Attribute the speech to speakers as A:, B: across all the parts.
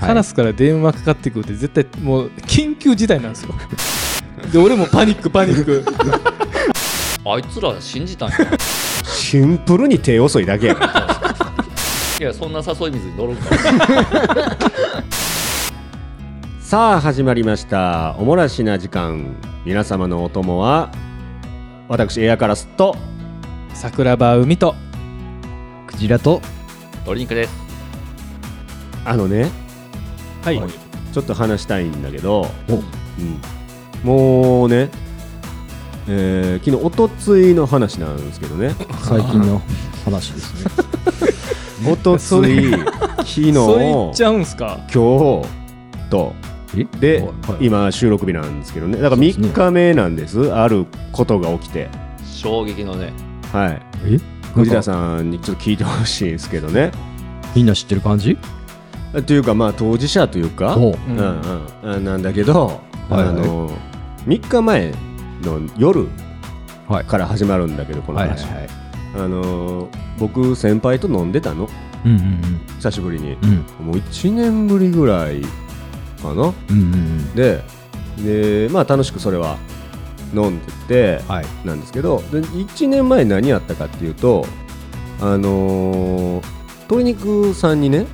A: カラスから電話かかってくるって絶対もう緊急事態なんですよで俺もパニックパニック
B: あいつら信じたんや
C: シンプルに手遅いだけやから
B: いやそんな誘い水に乗るんか
C: さあ始まりましたおもらしな時間皆様のお供は私エアカラスと
A: 桜庭海と
D: クジラと
B: ドリンクです
C: あのね
A: はい、
C: ちょっと話したいんだけど、うんもうね、えー、昨日おとついの話なんですけど ね
D: 最近の話ですね
C: おとつ
A: それ
C: い昨日
A: それ言っ
C: 今
A: ちゃうんすか
C: 日とで、
D: はい
C: 今収録日なんですけどねだから
D: そうですね
C: 3日目なんですあることが起きて
B: 衝撃のね
C: はい
D: え
C: 藤田さんにちょっと聞いてほしいんですけどね
D: みんな知ってる感じ
C: というかまあ当事者というか
D: おう
C: うんうんあなんだけど、
D: はいはい
C: あの3日前の夜
D: はい
C: から始まるんだけど、この
D: はいはい
C: 話、
D: はい
C: あの僕先輩と飲んでたの
D: うん
C: 久しぶりに
D: うんうん
C: もう1年ぶりぐらいかな
D: うんうんうん
C: ででまあ楽しくそれは飲んでて
D: はい
C: なんですけどで1年前何やったかっていうとあのー鶏肉さんにね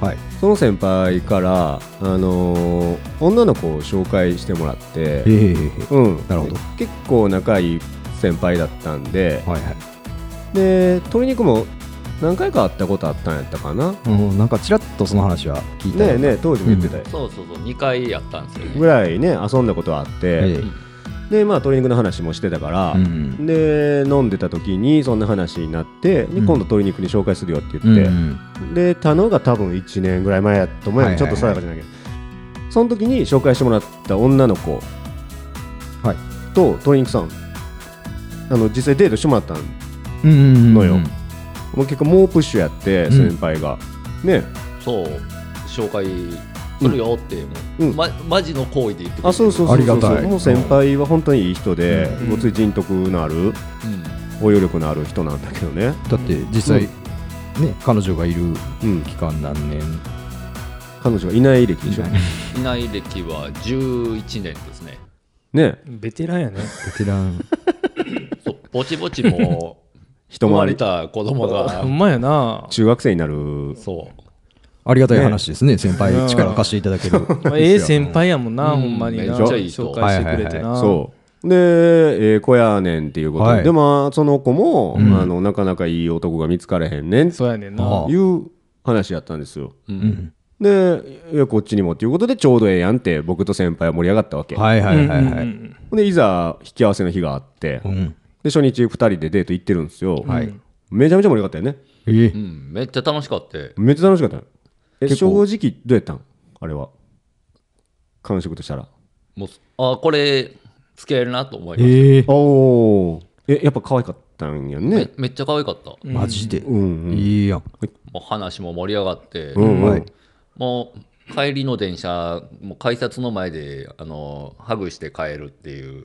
D: はい
C: その先輩から、あのー女の子を紹介してもらって、
D: ええ
C: うん、
D: なるほど
C: 結構仲いい先輩だったんで,、
D: はいはい
C: で鶏肉も何回か会ったことあったんやったかなね
D: うんなんかちらっとその話は聞いた
C: えねえ当時も言ってたよ、
B: そうそうそう2回やったんですよね
C: ぐらいね遊んだことはあって、
D: え
C: でまあ鶏肉の話もしてたから、
D: えうん
C: で飲んでた時にそんな話になって、で
D: う
C: 今
D: ん
C: 度鶏肉に紹介するよって
D: う
C: 言
D: ん
C: っ
D: う
C: て、
D: ん
C: でたのが多分1年ぐらい前やと思うよ、
D: はいはい
C: ちょっと定かじゃないけどその時に紹介してもらった女の子
D: はい
C: と鶏肉さんあの実際デートしてもらったん
D: うんうんうん
C: のよもう結構猛プッシュやって
D: うん
C: 先輩が、ね
B: そう紹介するよって、
C: う
B: もうんま、マジの行為で言ってくれて
C: あそうそうそうそう
D: ありがたい
C: もう先輩は本当にいい人で、
D: うん
C: ごつい人徳のある
B: うん
C: 応用力のある人なんだけどね、
D: だって実際ね彼女がいる
C: うん、
D: 期間何年い
C: 彼女がいない歴でしょ
D: ない
C: ね
B: いない歴は11年ですね。
A: ベテランやね
D: ベテラン
B: そうぼちぼちもう
C: 人
B: 生ま
C: 回
B: れ
C: り
B: た子供が
A: ほ、 んまやな、
C: 中学生になる
B: そう。
D: ありがたい話ですね先
A: うん
D: 輩力貸していただける
A: まあ、ええ先輩やもんな、
B: うん
A: ほんまにな
B: めっちゃいい人
A: 紹介してくれてな、
C: そうで、えー、子やねんっていうことで、
D: はい
C: でまあその子も、
D: うん
C: あのなかなかいい男が見つかれへんねんって
A: そうやねんな
D: あ
C: いう話やったんですよ
B: うん
D: うん
C: でいやこっちにもっていうことでちょうどええやんって僕と先輩は盛り上がったわけ、
D: はいはいはいは
A: うんう
D: い
A: ん
C: でいざ引き合わせの日があって、
D: うん
C: で初日2人でデート行ってるんですよ、
D: はい
C: めちゃめちゃ盛り上がったよね
D: え
B: う
D: え
B: ん、めっちゃ楽しかった。
C: めっちゃ楽しかったよえ
D: 結
C: 正
D: 構
C: 直どうやったんあれは感触としたら
B: もうあこれ付き合えるなと思いまし
D: ええ
C: おおえやっぱ可愛かったんや
B: た、
C: ね
B: めめっちゃ可愛かった。も
D: マジで
C: うんうん
D: いいやん
B: う話も盛り上がって、
C: うんうん、
D: はい
B: もう帰りの電車、もう改札の前であのハグして帰るっていう。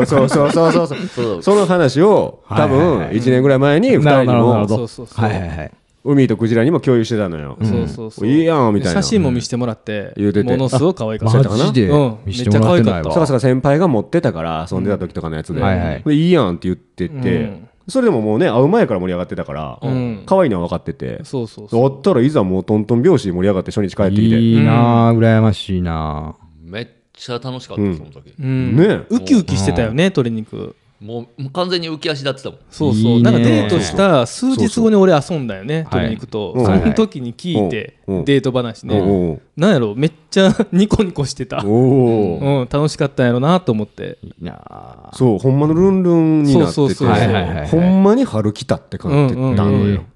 C: そうそうそうそうそうそう
B: そう
C: その話を多
D: はい
C: 分
D: はいはい
C: 1年ぐらい前に2人に
D: なるほど
C: も
D: なるほど
A: そうそうそう
D: はいはいはい
C: 海とクジラにも共有してたのよ、
A: そうそうそう
C: いいやんみたいな
A: 写真も見せてもらって、
C: 言うてて
A: ものすごく可愛かった
D: マジで
A: うん
D: 見せてもらってない
A: めっちゃ可愛かっ
C: さ
D: わ
C: かさか先輩が持ってたから遊んでた時とかのやつで、
D: うんはいはい
C: でいいやんって言ってて、
A: うん
C: それでももうね会う前から盛り上がってたから、
A: うん
C: 可愛いのは分かってて
A: そうそう
C: 終
A: そう
C: わったらいざもうトントン拍子に盛り上がって初日帰ってきて
D: いいなあ羨ましいなあ
B: めっちゃ楽しかった、その時。
A: うん
C: ね
A: ウキウキしてたよね鶏肉
B: もうもう完全に浮き足立ってたもん。
A: そう
D: い
A: そう
D: いね
A: なんかデートした数日後に俺遊んだよね鶏肉と
C: はい
A: そ
D: うん
A: の時に聞いて
C: うんうん
A: デート話
C: お
A: ね
C: う
A: なんやろめっちゃ ニコニコしてた
C: おうおう
A: うん楽しかったんやろなと思って
D: いいなあ
C: そうほんまのルンルンになってて
A: そうそうそう
D: はいはいはいはい
C: ほんまに春来たって感じだった
A: うんう
C: の
A: んう
C: よ
A: ん、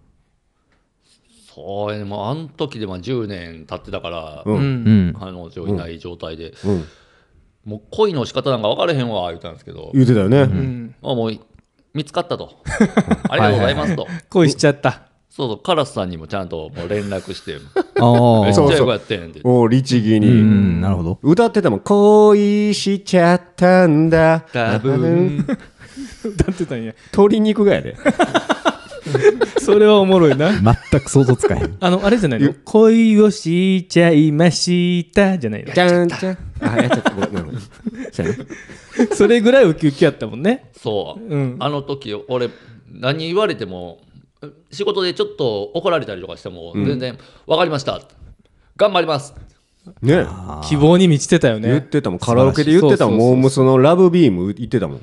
B: そうやね、もうあの時でまあ10年経ってたから、
C: うん
A: うん
D: うん
B: 彼女いない状態で、
C: うん
B: もう恋の仕方なんか分からへんわ、言ったんですけど、
C: 言ってたよね、
A: うん
B: まあ、もう見つかったと、 ありがとうございますと、
A: 恋しちゃった
B: そうそう、カラスさんにもちゃんともう連絡して、 めっ
D: あ あ
B: ちゃ
C: そう
B: よかったやんって、
C: おう律儀に、
D: うんなるほど
C: 歌ってたもん恋しちゃったんだ
B: 多分
A: 歌ってたんや
C: 鶏肉がやで
A: それはおもろいな。
D: 全く想像つかへ ん。
A: あの、あれじゃないの恋をしちゃいましたじゃない の
C: じゃんじゃん。あ、やっちゃった。ごめんごめんごめん。そうやね。
A: それぐらいウキウキやったもんね。
B: そう、
A: うん
B: あの時俺何言われても仕事でちょっと怒られたりとかしても全然「分かりました頑張ります
C: ね
A: 希望に満ちてたよ
C: 言
A: ね。
C: ってたもん。カラオケで言ってた
A: そうそう
C: もん。
A: そう
C: モームスのラブビーム言ってたも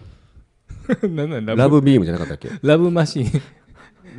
C: ん。
A: なんなんラ
C: ラ
A: ブ
C: ブビームじゃなかったっけ
A: ラブマシー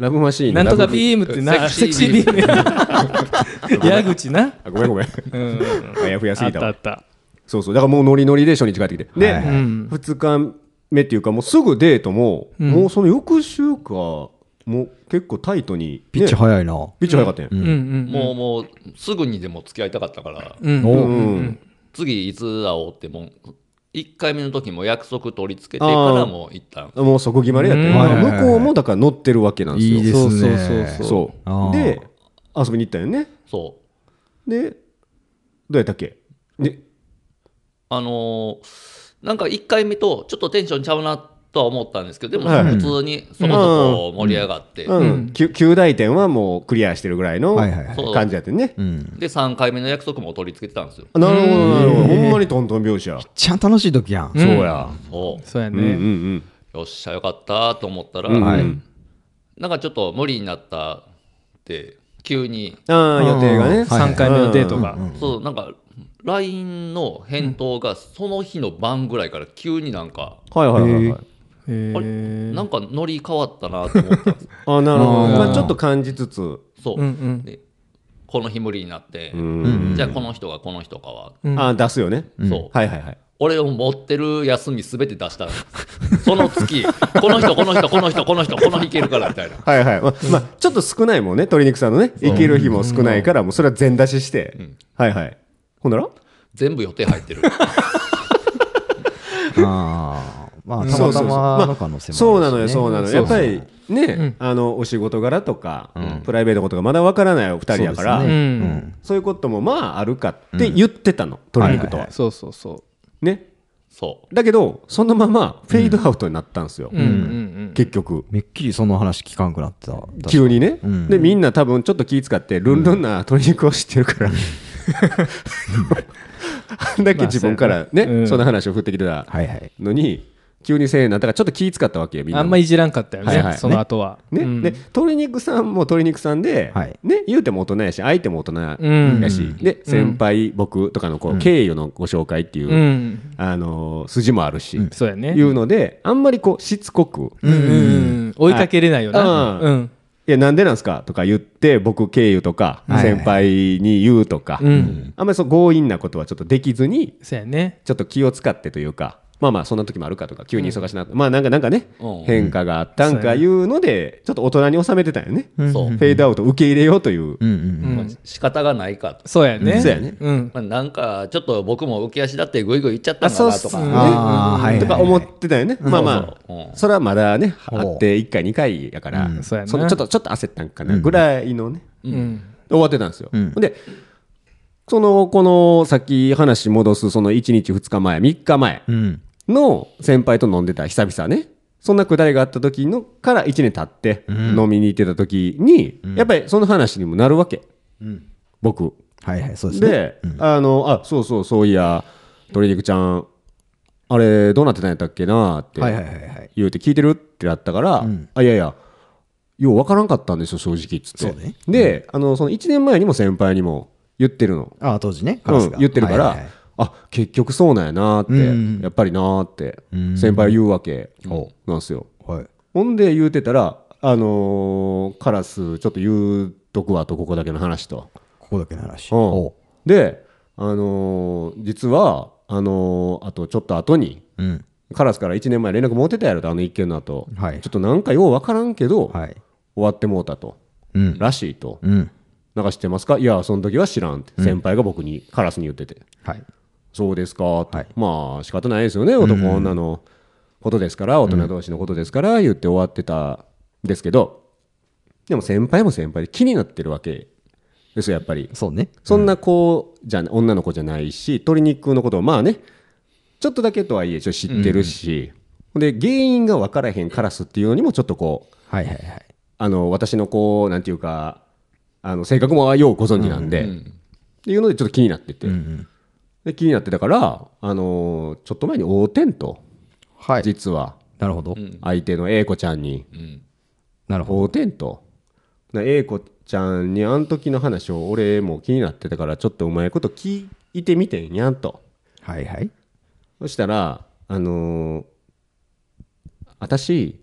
C: ラブマシー
A: ン。
C: ン。
A: なんとか
C: ラブビー
A: ビームってな、セク
B: セク
A: シ
B: シ
A: ー
B: ー
A: ビ
B: ビ
A: ーム。 矢口な。
C: ム。あ、ごめんごめん。
A: うん。
C: あやふやす
A: あっ
C: ぎた
A: たあ
C: わ
A: っ。た。
C: そうそう。だからもうノリノリで初日帰ってきて。で、
D: はいはい
A: うん。
C: 2日目っていうか、もうすぐデートも、
A: うん
C: もうその翌週か、もう結構タイトに。
D: ピッチ
C: ね
D: 早いな。
C: ピッチ早かったんや
A: うんうん。
B: もうもうすぐにでも付き合いたかったから
A: うん。
D: お
A: う
D: うん
A: うんうん。
B: 次いつ会おうってもう1回目の時も約束取り付けてからもう行ったん
C: もうそこ決まりやったよ
A: うん
C: だから向こうもだから乗ってるわけなんですよ。
D: いいで
A: そ
D: すね
A: うそうそうそう
C: そ
D: あー
C: う。で、遊びに行ったよね。
B: そう
C: で、どうやったっけで、
B: あのーなんか1回目とちょっとテンションちゃうなとは思ったんですけどでも
C: はい
B: 普通にそこそこ盛り上がって、
C: うんん、きゅ旧大点はもうクリアしてるぐらいの
D: はいはいはい
B: そう
C: 感じやってんね。
D: うん。
B: で3回目の約束も取り付けてたんですよ
C: あなるほど、なるほど。ほんまにトントン拍子や。
D: ちゃん楽しい時やん。
A: うん
C: そうや。
B: そう
A: そうや
C: うんうんう
A: ね。
C: ん。
B: よっしゃよかったと思ったら、
C: うん
D: はい
C: うん
B: なんかちょっと無理になったって急に、
C: ああ、予定が
D: う
C: ね。
D: ん
A: 3回目のデートが。
B: そうなんか LINE の返答がその日の晩ぐらいから急になんか、
C: はいはいはい
D: へ
C: はい
D: ー。
A: へ
B: あれ
A: ー
B: なんかノリ変わったなと思ったんです
C: あなるほど。
D: うん
C: まあちょっと感じつつ。
B: そう、
A: うんうん
B: でこの日無理になって、
C: うん
B: じゃあこの人がこの人かは、
A: うん
C: あ出すよね。
B: そう、
C: はいはいはい。
B: 俺を持ってる休みすべて出したんですその月この人この人この人この人この日いけるからみたいな
C: はいはい。ままあちょっと少ないもんね。鶏肉さんのね。いける日も少ないから、もうそれは全出しして
B: ん。
C: はいはい。ほんなら
B: 全部予定入ってる
D: ああ。まあ、たまたまの可能性も
C: そう
D: あ
C: な
D: るしね
C: のよ、そうなのよ。やっぱりね、あの、お仕事柄とか、プライベートのことがまだわからないお二人やから、そ
D: そう
C: う
D: ですね
A: うん
C: いうこともまああるかって言ってたの、鶏肉とは。
A: そうそうそ
C: ね。
B: そ
C: だけど、そのままフェードアウトになったんですよ
A: う。う、んうん
C: 結局。
D: めっきりその話聞かんくなってた。
C: 急にね、
D: うん
C: でみんな多分ちょっと気使ってルンルンな鶏肉を知ってるから、あん だけ自分から
A: まあそう
C: ね、
A: やねうん
C: そんな話を振ってきてた
D: はいはい。
C: のに急にせえになったからちょっと気使ったわけよみ
A: うんん。
C: な
A: あんまいじらんかったよ
C: はい
A: ね、
C: はい
A: その後は。
C: ね
A: うん
C: で鶏肉さんも鶏肉さんで、
D: はい
C: ね、言うても大人やし相手も大人
A: うん
C: やし、で先輩、僕とかのこう経由のご紹介っていう、
A: うん。
C: あのー筋もあるし、
A: そうやね。
C: いうのであんまりこうしつこく
A: うんうんうん追いかけれないよな。
C: はい
A: うん。
C: いや、なんでなんすかとか言って、僕経由とか、
D: はい
C: 先輩に言うとか、
A: うん
C: あんまりそう強引なことはちょっとできずに、
A: そうやね。
C: ちょっと気を使ってというか、まあまあ、そんな時もあるかとか、急に忙しな、まあなんかなんかね、
B: うん
C: 変化があったんかいうので、ちょっと大人に収めてたよね。
B: うそう、
C: フェードアウト受け入れようという。
D: うんうん
A: う
D: うん。
B: まあ
A: ん。
B: 仕方がないかと
A: そうやね。
C: そうやね
A: うん。
B: まあ、なんかちょっと僕も浮き足だってぐいぐい行っちゃった
C: あ、
B: んだ
C: そうっ
B: なと
C: す
B: か、
C: ね。
D: あーはいはいはい
C: とか思ってたよね。まあま
B: そうそうう
C: あ、それはまだね、あ
D: う
C: って1回、2回やから、
D: うん
A: そうやな
C: のちょっとちょっと焦ったんかなぐらいのね。
A: うん。
C: 終わってたんですよ。
D: うん
C: で、その、この、さっき話戻す、その1日2日前、3日前
D: うん。
C: の先輩と飲んでた久々ね。そんなくだりがあった時のから1年経って、飲みに行ってた時に、やっぱりその話にもなるわけ。僕。
D: はいはい、そうですね。
C: で、あの、あ、そうそう、そういや、鶏肉ちゃん、あれ、どうなってたんやったっけなって
D: はいはいはいはい。
C: 言うて聞いてるってなったから、あいやいやよう分からんかったんですよ正直っつって
D: そうね
C: で、あのその1年前にも先輩にも言ってるの、
D: ああ、当時ね、カ
C: う
D: ラス
C: ん
D: が。
C: 言ってるから、
D: はいはいはい
C: あ結局そうなんやなって、
D: うん
C: やっぱりなって
D: ん
C: 先輩言うわけ
D: お
C: なんですよ、
D: はい。
C: ほんで言うてたらあのーカラスちょっと言うとくわとここだけの話と、
D: ここだけの話。
C: うん
D: お
C: であのー実はあのーあとちょっと後に
D: ううん。
C: カラスから1年前連絡持ってたやろとあの一件の後、
D: はい
C: ちょっとなんかよう分からんけど、
D: はい。
C: 終わってもうたと、
D: うん。
C: らしいと、
D: うん。
C: なんか知ってますかいや、その時は知らんって、先輩が僕に、カラスに言ってて、
D: はい。
C: そうですかって、
D: はい
C: まあ、仕方ないですよね、男、女のことですから、大人同士のことですから、言って終わってたんですけど、でも先輩も先輩で気になってるわけですよ、やっぱり。
D: そうね。
C: そんな子じゃ、女の子じゃないし、鶏肉のことをまあね、ちょっとだけとはいえ、ちょっと知ってるし、で原因が分からへんカラスっていうのにも、ちょっとこう、
D: はいはいはい。
C: あの私のこうなんていうかあの性格もようご存知なんで、っていうのでちょっと気になってて、で気になってたから、あのーちょっと前に大テント
D: はい。
C: 実は
D: なるほど。
C: 相手の A 子ちゃんに
D: なるほど。
C: 大テントな A 子ちゃんにあの時の話を俺も気になってたからちょっとうまいこと聞いてみてんやんと
D: はいはい。
C: そしたらあのー私、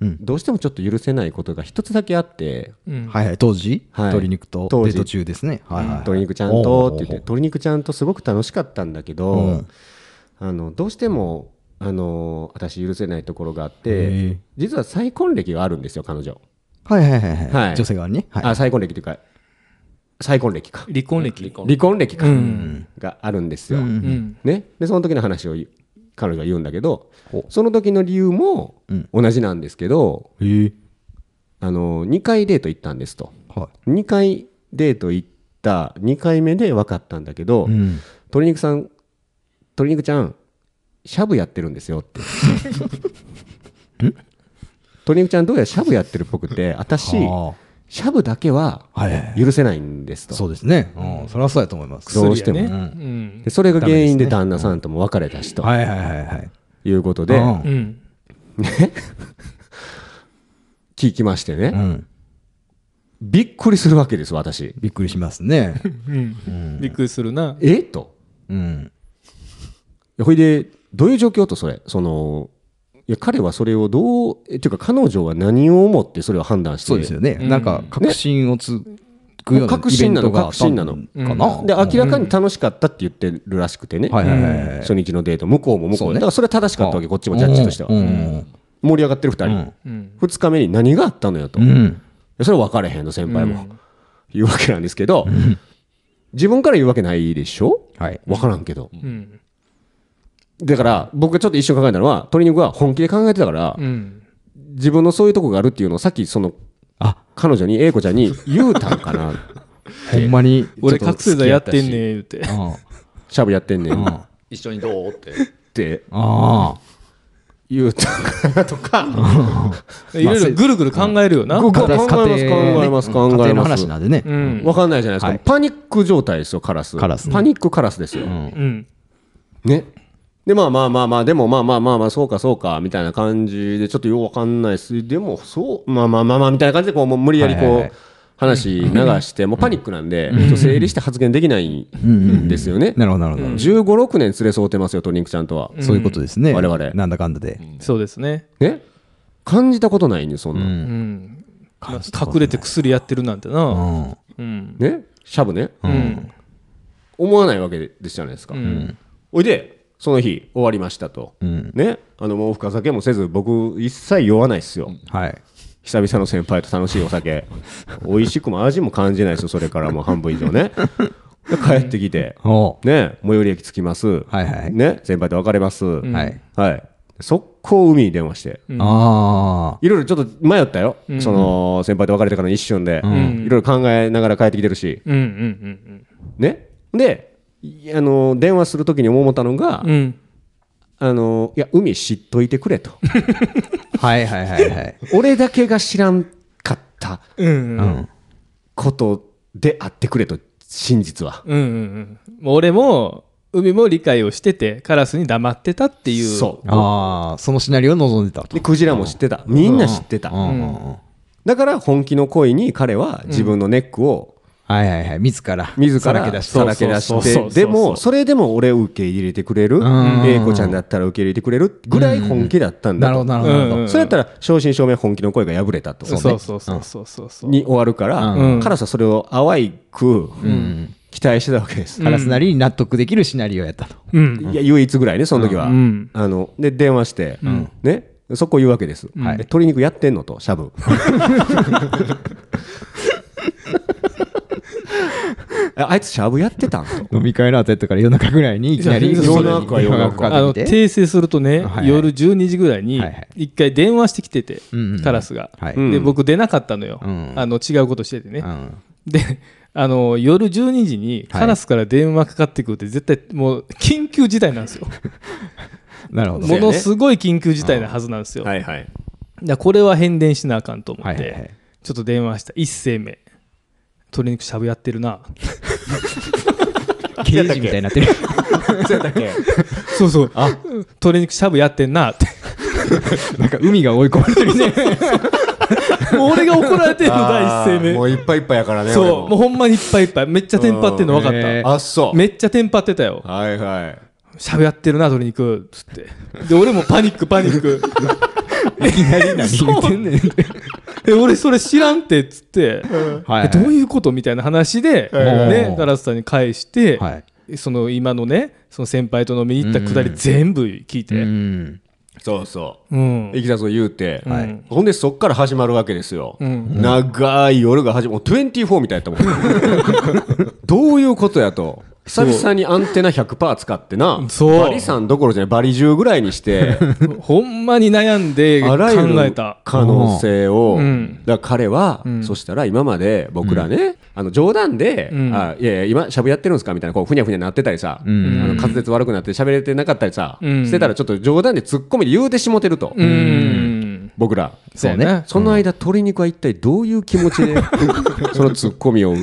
D: うん
C: どうしてもちょっと許せないことが一つだけあって
A: うん
D: はいはい。当時、
C: はい
D: 鶏肉と
C: 当
D: デ
C: 時
D: ート中ですね。はいはい。
C: 鶏肉ちゃんとって言って鶏肉ちゃんとすごく楽しかったんだけど、
D: うん
C: あのどうしてもあの私許せないところがあっ
D: へ
C: て
D: え
C: 実は再婚歴があるんですよ彼女、
D: はいはいはいはい。
C: はい
D: 女性側にね。はい。
C: あ再婚歴というか再婚歴か
A: 離婚歴
C: 離婚歴か、
A: うん
C: があるんですよ、
A: うん
C: ね、でその時の話を彼女が言うんだけど
D: ほ
C: その時の理由も
D: うん
C: 同じなんですけど、
D: えー
C: あの2回デート行ったんですと
D: は
C: 2回デート行った2回目で分かったんだけど、
D: い。うん。
C: 鶏肉さん鶏肉ちゃんしゃぶやってるんですよ って鶏肉ちゃんどうやらしゃぶやってるっぽくて私
D: は
C: しゃぶだけは
D: あはいはいはい。
C: 許せないんですと
D: そうですね。うん。それはそうやと思います。
C: どうしても
A: 薬や
D: う
A: ね
D: ん
A: うん
C: でそれが原因で
D: ダ
C: 旦那さんとも別れたしと
D: はいはいはいはい。
C: いうことで
D: うん
A: うん
C: 聞きまして
D: う
C: ね
D: ん。
C: びっくりするわけです私
D: びっくりしま すね。
A: うんびっくりするな
C: えと
D: うん。
C: ほいでどういう状況とそれそのいや彼はそれをどうえっていうか彼女は何を思ってそれを判断して
D: そうですよね。
A: うん
D: なんか、確信をつくような
C: 確
D: イベ
C: 信
D: ン
C: な
D: ト
C: の
D: があっ
C: 確
D: た
C: 信
D: ん
C: な
D: か
C: の
D: な。
C: で
D: うん
C: 明らかに楽しかったって言ってるらしくてね、
D: はいはいはいはい。
C: 初日のデート向こうも向こう
D: そう
C: も
D: ね
C: だからそれは正しかったわけこっちもジャッジとしては
D: うんうん
C: 盛り上がってる
D: う
C: 2
D: ん
A: うん
C: 人2日目に何があったのよと
D: うんうん
C: それは分かれへんの先輩
A: う
C: も言うわけなんですけど自分から言うわけないでしょ
D: はい。
C: 分からんけど
A: うん
C: だから僕がちょっと一瞬考えたのは鶏肉は本気で考えてたから
A: うん
C: 自分のそういうとこがあるっていうのをさっきその
D: あ
C: 彼女に A 子ちゃんに言うたんか な
D: ほんまに。
A: 俺
D: ちょっと
A: 覚醒剤やってんねん
D: 付
A: 言うて
D: き合ったし。
C: しゃぶやってんね
D: うんん。う
C: っ
D: ん
B: 一緒にどうって。
C: て
D: あ
C: 言うたんかなとか
A: い ろいろぐるぐる考えるよな
C: うん
D: あ。家庭
C: 考えます考えます
D: ね
C: 考えます
D: 家庭の話なんでね。
A: うん
C: 分かんないじゃないですか、
D: はい
C: パニック状態ですよカラス
D: カラス
C: パニックカラスですよ、
A: うん
C: ねでまあまあまあまあでもまあまあまあまあそうかそうかみたいな感じでちょっとようわかんないですでもそうまあまあまあまあみたいな感じでこうもう無理やりこう、
D: はいはいはい
C: 話流してもうパニックなんで、ちょっと整理して発言できないんですよね、
D: なるほど、なるほど。
C: 1 5六6年連れ添うてますよトリンクちゃんとは、
D: そういうことですね。
C: 我々
D: なんだかんだで。
A: そうですね
C: ね感じたことないねそんな、
D: うん
A: うん
D: 感じたことない
A: 隠れて薬やってるなんて
D: う。
A: なんうん
C: ねシャブね、
A: うん
C: 思わないわけですじゃないですか、
A: うん
C: おいでその日終わりましたと、
D: うん
C: ねあのもう深酒もせず僕一切酔わないですよ、
D: はい。
C: 久々の先輩と楽しいお酒美味しくも味も感じないですよそれからもう半分以上ねで帰ってきて
D: おう
C: ね最寄り駅着きます、
D: はいはい
C: ね先輩と別れます、
D: はい。
C: はい速攻海に電話して
D: あ
C: いろいろちょっと迷ったよ、その先輩と別れてからの一瞬で、いろいろ考えながら帰ってきてるし、
A: うんうんうん
C: ねでいあの電話するときに思ったのが、
A: うんうん
C: あのいや海知っといてくれと
D: あ。はいはいはいはい。
C: 俺だけが知らんかった
A: うんうん
C: ことであってくれと真実は
A: うんうんうんもう俺も海も理解をしててカラスに黙ってたっていう
C: そう
D: ああ、そのシナリオを望んでたと
C: で。クジラも知ってたみんな知ってた、
D: うんうんうん
C: だから本気の恋に彼は自分のネックを
D: はいはいはい。自ら。
C: 自
D: さ
C: ら
D: らけ出して。
C: さらけ出
A: そうそうそうそう
C: してでもそれでも俺を受け入れてくれる
D: ん
C: 英子ちゃんだったら受け入れてくれるぐらい本気だったんだ
D: なる
C: と
D: ほど、なるほどなるほ
A: う
D: ど。
A: ん
C: それやったら正真正銘本気の恋が破れたと
A: そうそうそうそうそうそう
C: に終わるから、
A: うん
C: カラスはそれを淡く期待してたわけです、
D: カラスなりに納得できるシナリオやったと。
A: うん
C: いや唯一ぐらいねその時は、
A: うん
C: あので電話して、ねそこ言うわけです、で
D: はい
C: 鶏肉やってんのと しゃぶああいつしゃぶやってたんと
D: 飲み会の後やったから夜中ぐらいにいきなり
A: いや
C: 夜中
D: 電話が
C: あ
A: あ
D: かかっ
A: の
D: てきて。
A: 訂正するとね、
D: はいはい
A: 夜12時ぐらいに
D: はいはい
A: 一回電話してきてて、
D: うんうん
A: カラスが、
D: はい
C: うん
A: で僕出なかったのよ、
D: うん
A: あの違うことしててね、
D: うん
A: であの夜12時にカラスから電話かかってくるって絶対もう緊急事態なんですよ
D: なるほど。
A: ものすごい緊急事態なはずなんですよ、
C: いはい
A: だからこれは変電しなあかんと思って、
D: はいはいはい
A: ちょっと電話した一生目鶏肉しゃぶやってるな
D: 刑事みたいになってる。
C: そうだっけ
A: そうそう鶏肉しゃぶやってんなって
D: なんか海が追い込まれてるね。
A: もう俺が怒られてるの 第一声
C: も
A: 目
C: ういっぱいいっぱいやからね。
A: そう
C: 俺
A: もうほんまにいっぱいいっぱいめっちゃテンパってんの分かっ
D: うんへ
A: た
D: ー
C: あ、そう。
A: めっちゃテンパってたよ
C: はいはい。
A: しゃぶやってるな鶏肉つってで俺もパニックパニック
D: いきなり何言ってんねんって。
A: え俺それ知らんってつって、
D: は
A: えどういうことみたいな話で、
D: はい
A: ね、ガラスさんに返して、
D: はい。
A: その今のねその先輩と飲みに行ったくだり
D: うん
A: 全部聞いて、
D: うん。
C: そうそ
A: うん
C: う。いきさつを言うて、
A: はい
C: ほんでそっから始まるわけですよ。
A: うん
C: 長い夜が始まる。もう24みたいだったもん。 どういうことやと。久々にアンテナ100%使ってな。
A: そう
C: バリさんどころじゃない、バリ10ぐらいに して、
A: ほんまに悩んで
C: あらゆ
A: 考え
C: る
A: た。
C: 可能性を、
A: うん
C: だから彼は、
A: ん
C: そしたら今まで僕らね、あの冗談で、
A: うん
C: あいやいや今しゃぶやってるんですかみたいなこうふにゃふにゃなってたりさ、
D: うん
C: あの滑舌悪くなって喋れてなかったりさ、
A: うん
C: してたらちょっと冗談で突っ込みで言うてしもてると、
A: うん。
C: 僕ら。
A: そうね。
C: その間、鶏肉は一体どういう気持ちで そのツッコミを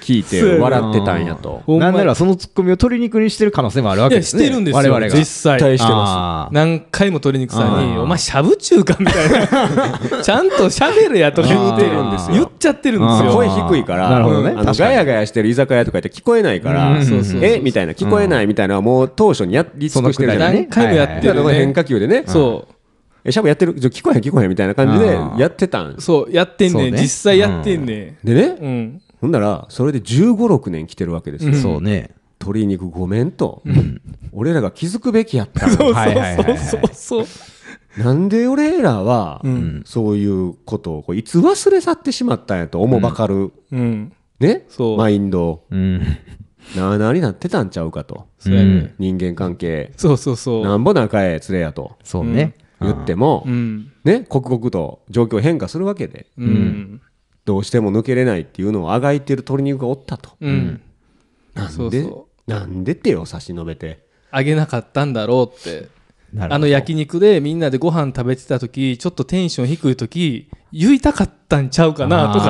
C: 聞いて
A: そうやな
C: 笑ってたんやと。
A: ほんま
D: な
A: に
D: んならそのツッコミを鶏肉にしてる可能性もあるわ
A: い
D: け
A: や、
D: で
A: し
D: すね。
A: てるんです
D: 我
A: よ、
D: 々が。
A: 実際。
C: 対してます
D: あー
A: 何回も鶏肉さんに、
D: あー
A: お前、しゃぶ中かみたいな、ちゃんとしゃべるやと
C: 言うてるんですよ
A: 言っちゃってるんです
D: あー
A: よ。
C: 声低いから、
D: なるほどね
C: あの
D: 確か
C: ガ
D: に
C: ヤガヤしてる居酒屋とか言って聞こえないから、
A: うんそうそうそう
C: えみたいな、聞こえないみたいなのはもう当初にやり尽くしてるじゃない
A: 何回もやって
C: だか
A: る、
C: ら
A: ね
C: 変化球でね、
A: そ
C: えシャブやってる、ちょ聞こえへん、聞こえへんみたいな感じで
D: あー
C: やってたん
A: う、。そう、やってん
D: そ
A: ね、
D: うんね
A: 実際やってんね
C: で
A: ん。う
C: ね、
A: ん。
C: ほんなら、それで15、6年来てるわけですよ。
A: うん
D: そうね。
C: 鶏肉ごめんと、俺らが気づくべきやっ た
A: そう
D: はいはいはいはい
A: そうそうそう。
C: なんで俺らは、
A: ん
C: そういうことをこういつ忘れ去ってしまったんやと思うばかる、
A: うん。
C: ね
A: そう
C: マインド
D: うん。
C: なあなあになってたんちゃうかと
A: そうやね。
C: 人間関係
A: そうそうそ
C: な
A: う。
C: んぼ仲ええ連れやと
D: そうね。
C: 言っても、
A: うん。
C: ね刻々と状況変化するわけで
A: うん。
C: どうしても抜けれないっていうのをあがいてる鶏肉がおったと、
A: うん。
C: なんで
A: そうそ
C: なんで手を差し伸べて
A: あげなかったんだろうって。
D: なるほど
A: あの焼肉でみんなでご飯食べてた時ちょっとテンション低い時言いたかったんちゃうかなとか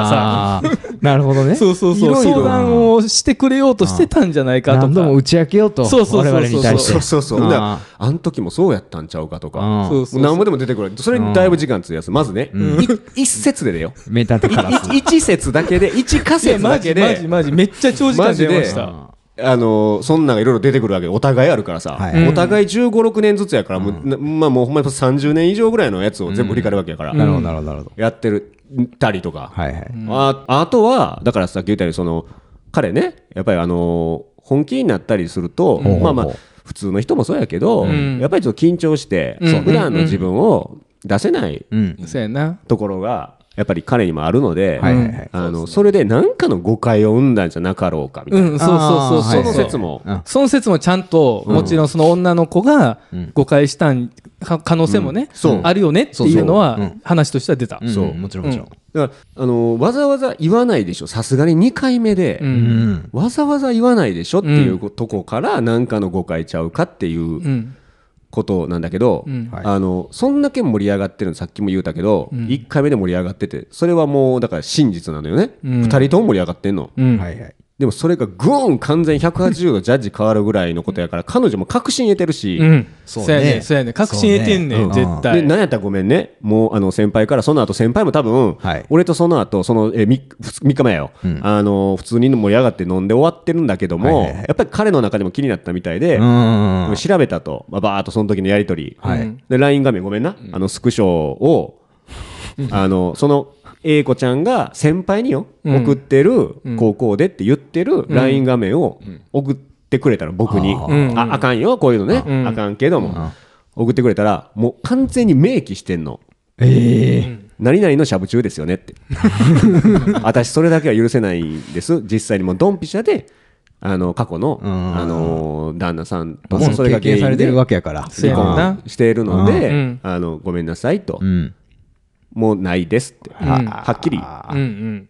D: あー。なるほどね。
A: さそうそうそう
C: いろいろ
A: 相談をしてくれようとしてたんじゃないかと
D: 何度も打
A: か
D: ち明けようと。
A: そうそうそうそう
D: 我々に対して。
C: そうそうそう
D: あー
C: ほんならあん時もそうやったんちゃうかとか
D: うん
A: そうそう
C: 何もでも出てくるそれにだいぶ時間費やすまずね、い一節でだよ
D: メタルカラス。
C: い 一節だけで一仮
A: いや
C: 説
A: マ
C: だけ
A: ジマジ
C: で
A: マジめっちゃ長時間出ました
C: あのーそんなんがいろいろ出てくるわけお互いあるからさ、
D: はい
C: お互い1 5 6年ずつやから、もうなまあ、もうほんまに30年以上ぐらいのやつを全部振り返るわけやから、
D: なるほど、なるほど、なるほど。
C: やってるたりとか、
D: はいはい。
C: ああとはだからさっき言ったようにその彼ねやっぱりあのー本気になったりすると、
D: ん
C: まあまあ
D: ほうほ
C: 普通の人もそうやけど、
A: ん
C: やっぱりちょっと緊張して、
A: うん
C: 普段の自分を出せない
D: うん。
A: そうやな
C: ところがやっぱり彼にもあるので、
D: はいはいはい。
C: あのそれで何かの誤解を生んだんじゃなかろうかみた
A: う
C: いな、
A: んそうそう
D: あ
A: そ
D: ー
A: う
C: そ
A: そ
C: の
A: う
C: 説も、
D: うん
A: その説もちゃんともちろんその女の子が誤解したんか可能性もね
C: そう
A: あるよねっていうの
D: そうそう
A: は
D: う
A: 話としては出た
D: そう、もちろんもちろん。
C: だからあのわざわざ言わないでしょさすがに2回目で、
A: う
D: うんん。
C: わざわざ言わないでしょっていうとこから何かの誤解ちゃうかっていう
A: うん
C: ことなんだけど、
A: うん
D: はい
C: あのそんだけ盛り上がってるのさっきも言うたけど、
A: うん
C: 1回目で盛り上がっててそれはもうだから真実なのよね、
A: う
C: 二
A: ん
C: 2人とも盛り上がってんの
A: うん
D: はいはい。
C: でもそれがグーン完全180度ジャッジ変わるぐらいのことやから彼女も確信得てるし、
A: うん
D: そ
A: そう
D: ね
A: うやねそうやね確信得てんね
D: そうねうん
A: ん絶
C: で、
A: 対
C: なんやったらごめんね。もう、あの、先輩から、その後、先輩も多分、
D: はい
C: 俺とその後、その、えー、3, 日前よ、あの、普通に盛り上がって飲んで終わってるんだけども、
D: はいはいはい
C: やっぱり彼の中でも気になったみたいで、
D: うん。
C: 調べたと、まあ、バーっとその時のやりとり、
D: はい
A: うん
C: で、LINE 画面、ごめんな、あの、スクショを、あの、その、英子ちゃんが先輩によ、
A: うん
C: 送ってる、高校でって言ってる LINE 画面を送ってくれたの、僕に。
A: ん
C: あ、あかんよ、こういうのね。
A: うん
C: あかんけども。送ってくれたら、もう完全に明記してんの。
D: ええ。
C: 何々のしゃぶ中ですよねって。私、それだけは許せないんです。実際にもうドンピシャで、あの、過去の、
D: うん
C: あの、旦那さんと
D: もう
C: それ
D: 経
C: が原
D: 験され
C: 因
D: て
C: で
D: るわけやから。
A: そうやねんな
C: 離婚しているの
A: う
C: で
A: ん、
C: あの、ごめんなさいと
D: う。ん。
C: もうないですって。ははっきり
A: うん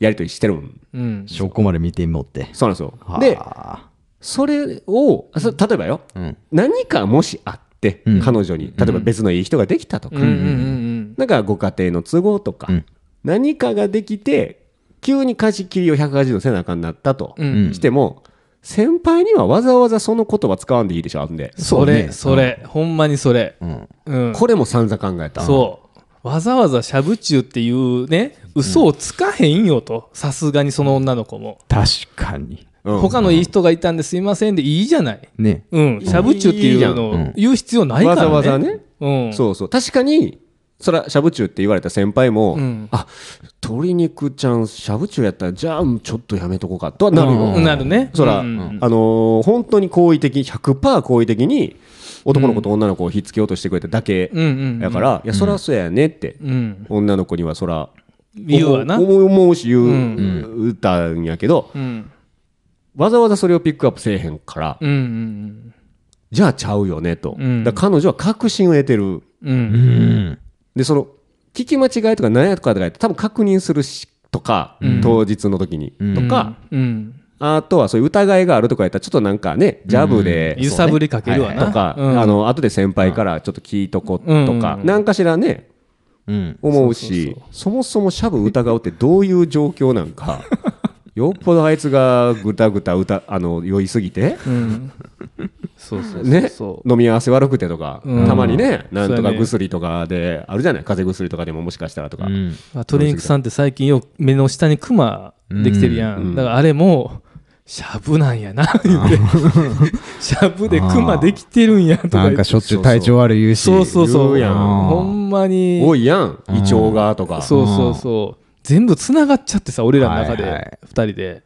C: やりとりしてるもん。
A: うんうん
D: 証拠まで見てみようって。
C: そうなんですよ。で、
D: あ
C: それを、そ例えばよ、
D: ん
C: 何かもしあって、彼女に、例えば別のいい人ができたとか、
A: うんうんうん
C: なんかご家庭の都合とか、
D: ん
C: 何かができて急に舵切りを180度せなあかんなったと
A: うん
C: しても、先輩にはわざわざその言葉使わんでいいでしょあんで、
A: そ
D: そう
A: れ
D: ね
A: それほんまにそれ
D: うん。
A: うん
C: これも散々考えた
A: そうわざわざしゃぶちゅうっていうね嘘をつかへんよとさすがにその女の子も
D: 確かに。
C: うん
A: 他のいい人がいたんですいませんでいいじゃない
D: ね。
A: うんしゃぶちゅうっていうの
D: いい
A: を
D: やん
A: 言う必要ないから
C: わ
A: ね
C: ざわざね
A: うん
C: そうそう確かにそらしゃぶちゅうって言われた先輩も、
A: うん
C: あ鶏肉ちゃんしゃぶちゅうやったらじゃあちょっとやめとこうかとはなるよ、
A: うんなるね
C: そら、
A: うん
C: あのー本当に好意的100%好意的に男の子と女の子をひっつけようとしてくれただけ
A: うんうん
C: やから、いやそらそうやねって、
A: うん
C: 女の子にはそら
A: 言うわな
C: 思う思うし言う、
A: ん
C: 歌うんやけど
A: うん
C: わざわざそれをピックアップせえへんから、
A: うんうん
C: じゃあちゃうよねと、
A: うん
C: だから彼女は確信を得てる
A: うんう
D: うんん。
C: でその聞き間違いとか何やとかとか多分確認するしとか、当日の時に、とか、
A: うん
C: あとはそういう疑いがあるとかやったらちょっとなんかねジャブで、
A: 揺さぶりかけるわな
C: とか、
A: うん
C: あの後で先輩からちょっと聞いとこと
A: うん
C: か、
A: うん
C: なんかしらね
D: うん。
C: 思うしそもそもシャブ疑うってどういう状況なん かよっぽどあいつがぐたぐた歌あの酔いすぎて。
A: うんそうそうそう
C: ね
A: そう
C: 飲み合わせ悪くてとか、
A: うん
C: たまにねなんと
A: そうや
C: か
A: ね
C: 薬とかであるじゃない風邪薬とかでももしかしたらとか、
D: うん。
A: まあ鶏肉さんって最近よく目の下にクマできてるやん、
C: うん
A: だからあれもしゃぶなんやな言 ってしゃぶでクマできてるんやと
D: な
A: か
D: ん
A: 言
D: か
A: って
D: しょっちゅう体調悪い言うし。
A: そうそう
C: 言
A: そう
C: うやん
A: ほんまに
C: 多いやん胃腸がとか、
A: そうそうそう全部つながっちゃってさ俺らの中
D: はいは
A: で
D: い
A: 2人で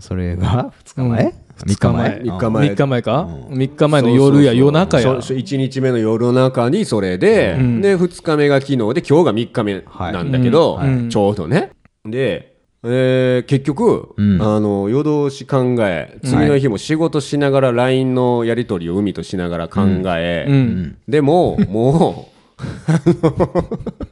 D: それが2日
A: うん
D: 前
A: 二日前
C: 三日前
A: 3日前か
D: う
A: 3日前の夜や夜中や
C: 1日目の夜中にそれで、
A: うん
C: で2日目が昨日で今日が3日目なんだけど、
A: はいうん
C: ちょうどねで、えー結局、
D: うん
C: あの夜通し考え次の日も仕事しながら LINE のやり取りを海としながら考え、
A: うん
C: でももうあの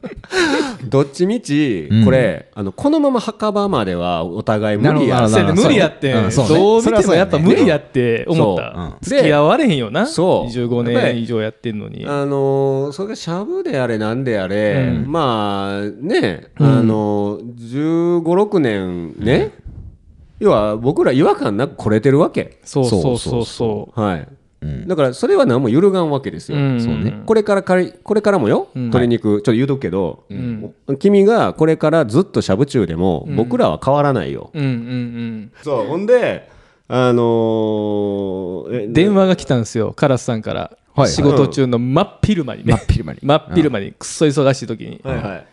C: どっちみち
D: うん
C: これ、あのこのまま墓場まではお互い無理や
D: なるほどなるほど
A: そうやね無理やって、
D: うんそうね
A: どう見てもやっぱ無理やって
C: そり
A: 思
C: ゃ
A: っ
C: そう
A: た
C: や、ね
D: うん
A: 付き合われへんよな
C: そう
A: 15
C: やっぱり
A: 年以上やってんのに
C: あのーそれがしゃぶであれなんであれ、
A: うん
C: まあね、
A: うん
C: あのー、1 5六6年ね、要は僕ら違和感なく来れてるわけ、
A: そうそうそ
D: そうう
A: そ
C: はい、
D: うん
C: だからそれは何も揺るがんわけです
A: う。
C: よ、
A: ん
D: そうね
C: これからかりこれからもよ、
A: うん
C: 鶏肉ちょっと言うとくけど、
A: うん
C: 君がこれからずっとしゃぶ中でも、
A: うん
C: 僕らは変わらないよ、
A: うんうん
C: そうほんであの
A: う
C: ー
A: ん。電話が来たんですよ、カラスさんから。
D: はい
A: 仕事中の真っ昼間にね。
D: 昼間に
A: 真っ昼間に、くっそ忙しい時に。
C: はいはい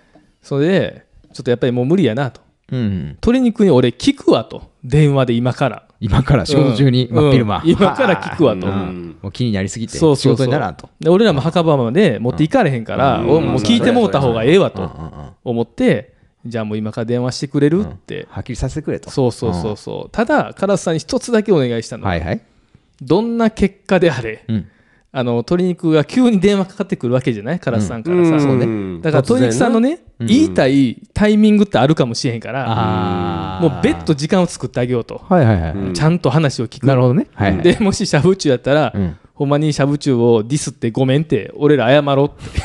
A: それで、ちょっとやっぱりもう無理やなと。
D: うん。
A: 鶏肉に俺聞くわと。電話で今から。
D: 今から仕事中に、
A: うん
D: 真っ昼間。
A: うん今から聞くわと
C: う。
D: うんん もう気になりすぎて、仕
A: そうそうそう
D: 事にならんと。
A: で俺らも墓場まで持っていかれへんから、
C: うん
A: 俺もう聞いてもうた方がええわ
D: うんうん
A: と
D: うん
A: 思って、じゃあもう今から電話してくれるって。
D: はっきりさせてくれと。
A: そうそうそうそう。ただ、カラスさんに一つだけお願いしたの。
D: はいはい。
A: どんな結果であれ。
D: うん。
A: あの鶏肉が急に電話かかってくるわけじゃないカラスさんからさ、
C: うん
A: そうね
C: うん
A: だから
C: 突
A: 鶏
C: 然な
A: 肉さんのね、言いたいタイミングってあるかもしれへんから、
D: あ
A: もう別途時間を作ってあげようと、
D: はいはいはい。
C: うん
A: ちゃんと話を聞く
D: なるほどね。はいはい。
A: でもししゃぶちゅうやったら、
D: うん
A: ほんまにしゃぶちゅうをディスってごめんって俺ら謝ろうって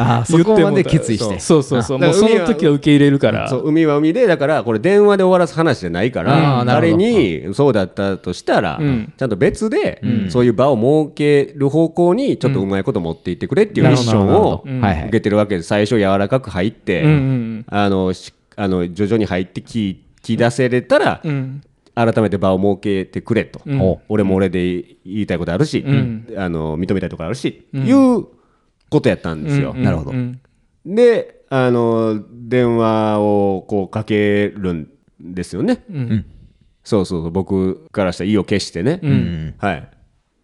D: ああ、そ
A: 言って
D: こま
A: も
D: で決意して。
A: そうそうそう
C: だ
A: もうそ
C: から海は
A: の時は受け入れるから
C: そう海は海でだからこれ電話で終わらす話じゃないか
D: あ
C: ら
D: ーなる
C: 誰
D: ほど
C: にそうだったとしたら、
A: うん
C: ちゃんと別で、そういう場を設ける方向にちょっとうまいこと持っていってくれっていうミッションを
A: うん
D: はいは
C: 受
D: い。
C: けてるわけで最初柔らかく入って、
A: うんうん
C: あのしあの徐々に入って聞き出せれたら、
A: うんうん
C: 改めて場を設けてくれと、
A: うん
D: お
C: 俺も俺で言いたいことあるし、
A: ん
C: あの認めたいところあるし、いうことやったんですよ。
A: うん
D: なるほど
A: うん
C: であの電話をこうかけるんですよね、
A: ん
C: そうそうそう僕からしたら意を決してね、
D: うん。
C: はい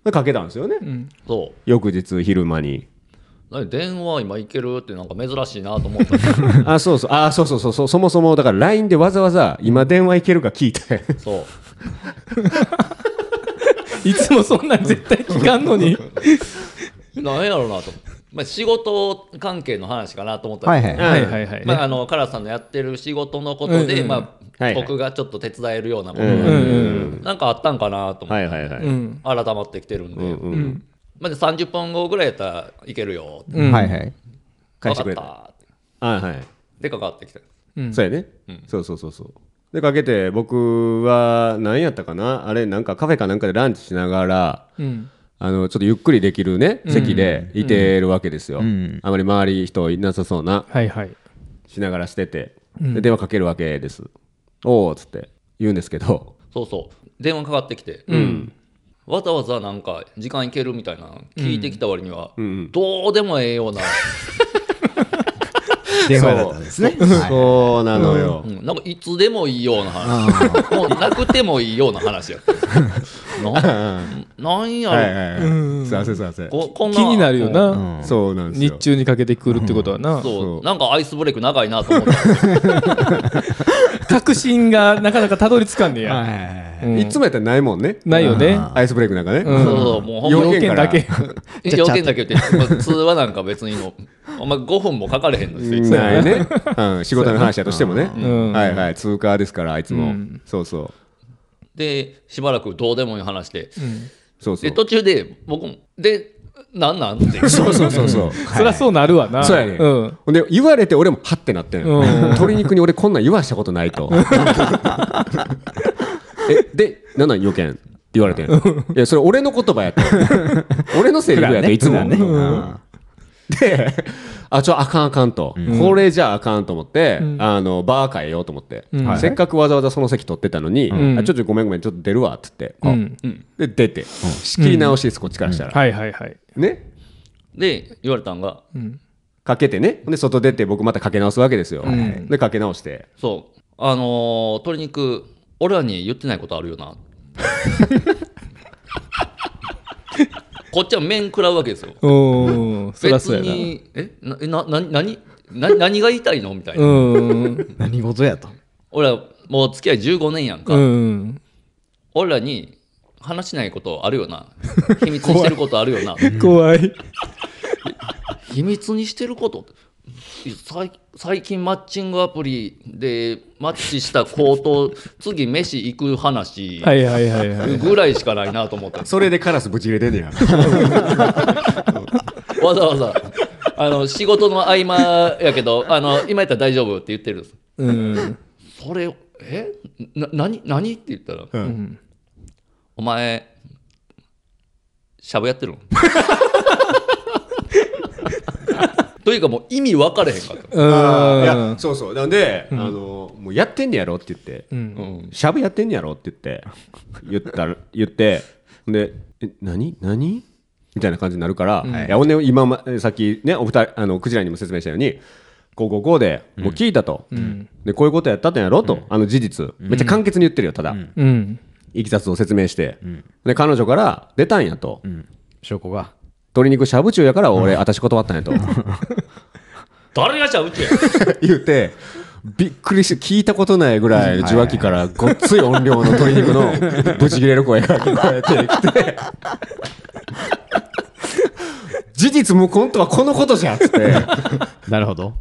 C: でかけたんですよね、
B: そ
C: 翌日昼間に
B: う。何電話今いけるってなんか珍しいなと思ったんですけ
C: あそうそうあそうそうそうそうそもそもだから LINE でわざわざ今電話いけるか聞 いて
B: どそう。
A: いつもそんなん絶対聞かんのに
B: なんやろうなと、まあ、仕事関係の話かなと思ったん
D: は
B: で
D: い
B: す
D: は
B: けど
D: い。
A: はいはいはい、
B: まあ、あのカラスさんのやってる仕事のこと
A: うん
B: で、
A: うん
B: ま
C: は
B: あ、
C: いはい
B: 僕がちょっと手伝えるようなこ
A: うん
B: と
A: うん
B: なんかあったんかなと思っ
C: はいはいはい、
A: うんうん
B: て、改まってきてるん
C: うん
B: で、
C: うん
B: まあ、で30分後ぐらいやったらいけるよ、
A: うん
D: はいはい。
C: 返してくれた
B: わかっ
C: はいはい。
B: でかかってきて
A: うん
C: そうやね、そうそうそうそう。で、かけて、僕は何やったかなあれ、なんかカフェかなんかでランチしながら、
A: うん
C: あのちょっとゆっくりできるね、席でいてるわけですよ、
D: うん
C: あまり周り人いなさそうな
A: はいはい
C: しながらしてて、
A: うん
C: で電話かけるわけですおおっつって言うんですけど
B: そうそう電話かかってきて、わざわざなんか時間いけるみたいなの聞いてきた割には、
C: んうん
B: どうでもええよう な、
D: 電話だったんですね。はい
C: そうなの よ、
B: うんなんかいつでもいいような話もうなくてもいいような話 やったななんやろ、
C: はいはいはい、
A: うん
C: すいませんすいません
B: ここんな
A: 気になるよな、
D: うん
C: そうなんです
A: 日
C: よ
A: 中にかけてくるってことはな、
B: そ
C: そうう
B: なんかアイスブレイク長いなと思った
A: 確信がなかなかたどり着かんねや、
D: はいはいはいはい
A: うん
C: いつもやったらないもんね
A: ないよね
D: あ
C: アイスブレイクなんかね、
A: うん
B: そうそうもうほんま
A: 要件だけ
B: 条件だけ言って、まあ通話なんか別にもう、お前5分もかかれへんのですよ。
C: ないね、うん、仕事の話だとしてもね、
A: ん
C: はいはい通過ですからいつも、
A: うん
C: そうそう
B: で、しばらくどうでもいい話で、
C: そうそう
B: で、途中で僕も、で、なんなん っていう。
C: そうそうそうそう
A: そりゃそうなるわな、
C: そうやね、
A: うん
C: ほんで言われて俺もはってなってん、
A: うん
C: 鶏肉に俺こんなん言わしたことない とえで何なん要件って言われてんいやそれ俺の言葉や と俺のセリフやといつも、
D: 普段ねうん
C: であちょあかんあかんと、これじゃあかんと思って、
A: ん
C: あのバー変えようと思って、
A: うん
C: せっかくわざわざその席取ってたのに、
A: ん
C: あちょっとごめんごめんちょっと出るわっつって、
A: うん
C: で出て、仕切り直しですこっちからしたら、
A: はいはいはい、
C: ね
B: で、言われたんが、
A: うん
C: かけてねで外出て僕またかけ直すわけですよ、でかけ直して
B: そう、あのー鶏肉、俺らに言ってないことある よな。こっちは面食らうわけですよ。
A: うん、そりゃそう
B: 別
A: やな
B: に、え、な、な、な、何な何が言いたいのみたいな。
A: うん
D: 何事やと。
B: 俺ら、もう付き合い15年やんか。
A: うん
B: 俺らに話しないことあるよな秘密にしてることあるよな
A: 怖い
B: 秘密にしてること最最近マッチングアプリでマッチした子と次飯行く話
A: はいはいはいはい
B: ぐらいしかないなと思って
C: それでカラスぶち入れてんねや。
B: わざわざあの仕事の合間やけどあの今やったら大丈夫って言ってるんです
A: うん
B: それえな何何って言ったら、
A: ん
B: お前しゃぶやってるの というかもう意味分かれへんかった
A: うん
C: あーいやそうそうなんで、あのもうやってんねやろって言って、
A: うん
C: しゃぶやってんねやろって言って言ったら言ってでえ何何みたいな感じになるから、いやほんで今まさっきねお二人あのクジラにも説明したようにこうこうこうでもう聞いたと、でこういうことやったんやろと、あの事実、めっちゃ簡潔に言ってるよただ、
A: うん
C: いきさつを説明して、で彼女から出たんやと、
D: 証拠が。
C: 鶏肉しゃぶ中やから俺、私断ったんや と。
B: 誰がしゃぶっちゅうや
C: 言うてびっくりして聞いたことないぐらい受話器からごっつい音量の鶏肉のブチ切れる声が聞こえてきて事実無根とはこのことじゃっつって
D: なるほど。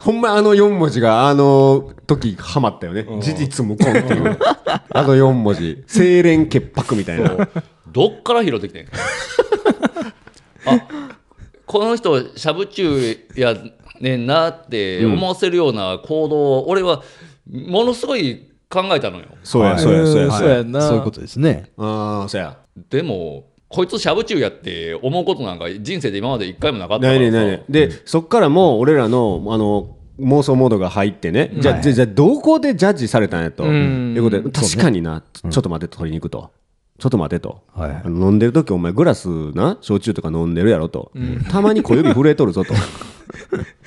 C: ほんまあの4文字があの時ハマったよね事実無根っていうあの4文字清廉潔白みたいな
B: どっから拾ってきてんあこの人しゃぶちゅうやねんなって思わせるような行動を、俺はものすごい考えたのよ
C: そう
D: は
C: や
D: い
C: そうやそうや
A: ん
C: そう
A: そう
C: や
A: やな
D: そういうことですね。
C: ああそうや
B: でもこいつしゃぶちゅうやって思うことなんか人生で今まで一回もなかったか
C: な
B: ら
C: い
B: さ
C: ねないねで、そっからもう俺らのあの妄想モードが入ってね、じゃあ、じゃあじゃあどこでジャッジされたんやと、
A: うん
C: いうことで確かにな、ちょっと待てと鶏肉と。ちょっと待てと、
D: はいはい
C: あの飲んでる時お前グラスな焼酎とか飲んでるやろと、たまに小指震えとるぞと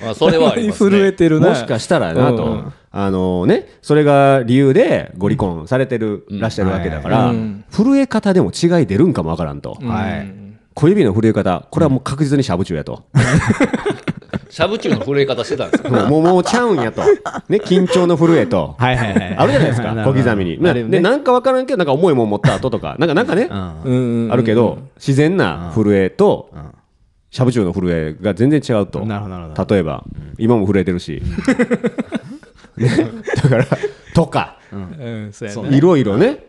B: まあ、それはあります
A: 震え
B: ね
A: てるな
C: もしかしたらなと、
A: うん
C: あのねそれが理由でご離婚されてる、らっしゃるわけだから、
A: うん
C: 震え方でも違い出るんかもわからんと、
D: はい。
C: 小指の震え方これはもう確実にしゃぶ中やと、
B: しゃぶちゅうの震え方してたんですよ
C: もうもうもうちゃうんやと、ね、緊張の震えと、
D: はいはいはい。
C: あるじゃないですか、
D: なる
C: 小
D: ほど
C: 刻み に。
A: なるよね
C: で、なんか分からんけど、なんか重いもん持った後とか、なんかなんかね、
D: うん。
A: うんうん
C: あるけど、自然な震えと
D: ん、
C: しゃぶ中の震えが全然違うと、
D: なるほどなるほ
C: 例えば、今も震えてるし、ね、だから、とか、
A: うんそうやない
C: ろいろね、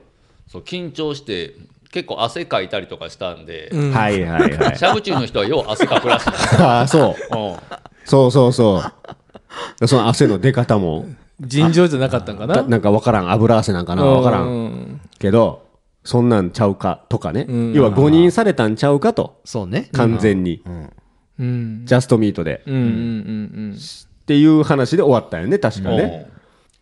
B: そう緊張して結構汗かいたりとかしたんで、
A: ん
C: はいはいはい
B: し。ゃぶちゅうの人はよう汗かくらしい、
C: ああ、そう、
B: うん
C: そうそうそう。らその汗の出方も、
A: 尋常じゃなかったんかな
C: たなんかわからん、油汗なんかな、わから。
A: うんん
C: けど、そんなんちゃうかとかね
A: うん。
C: 要は誤認されたんちゃうかと、
D: そうね。
C: 完全に。
A: うん
C: ジャストミートで。
A: うんうんうん
C: っていう話で終わったよね、確かね。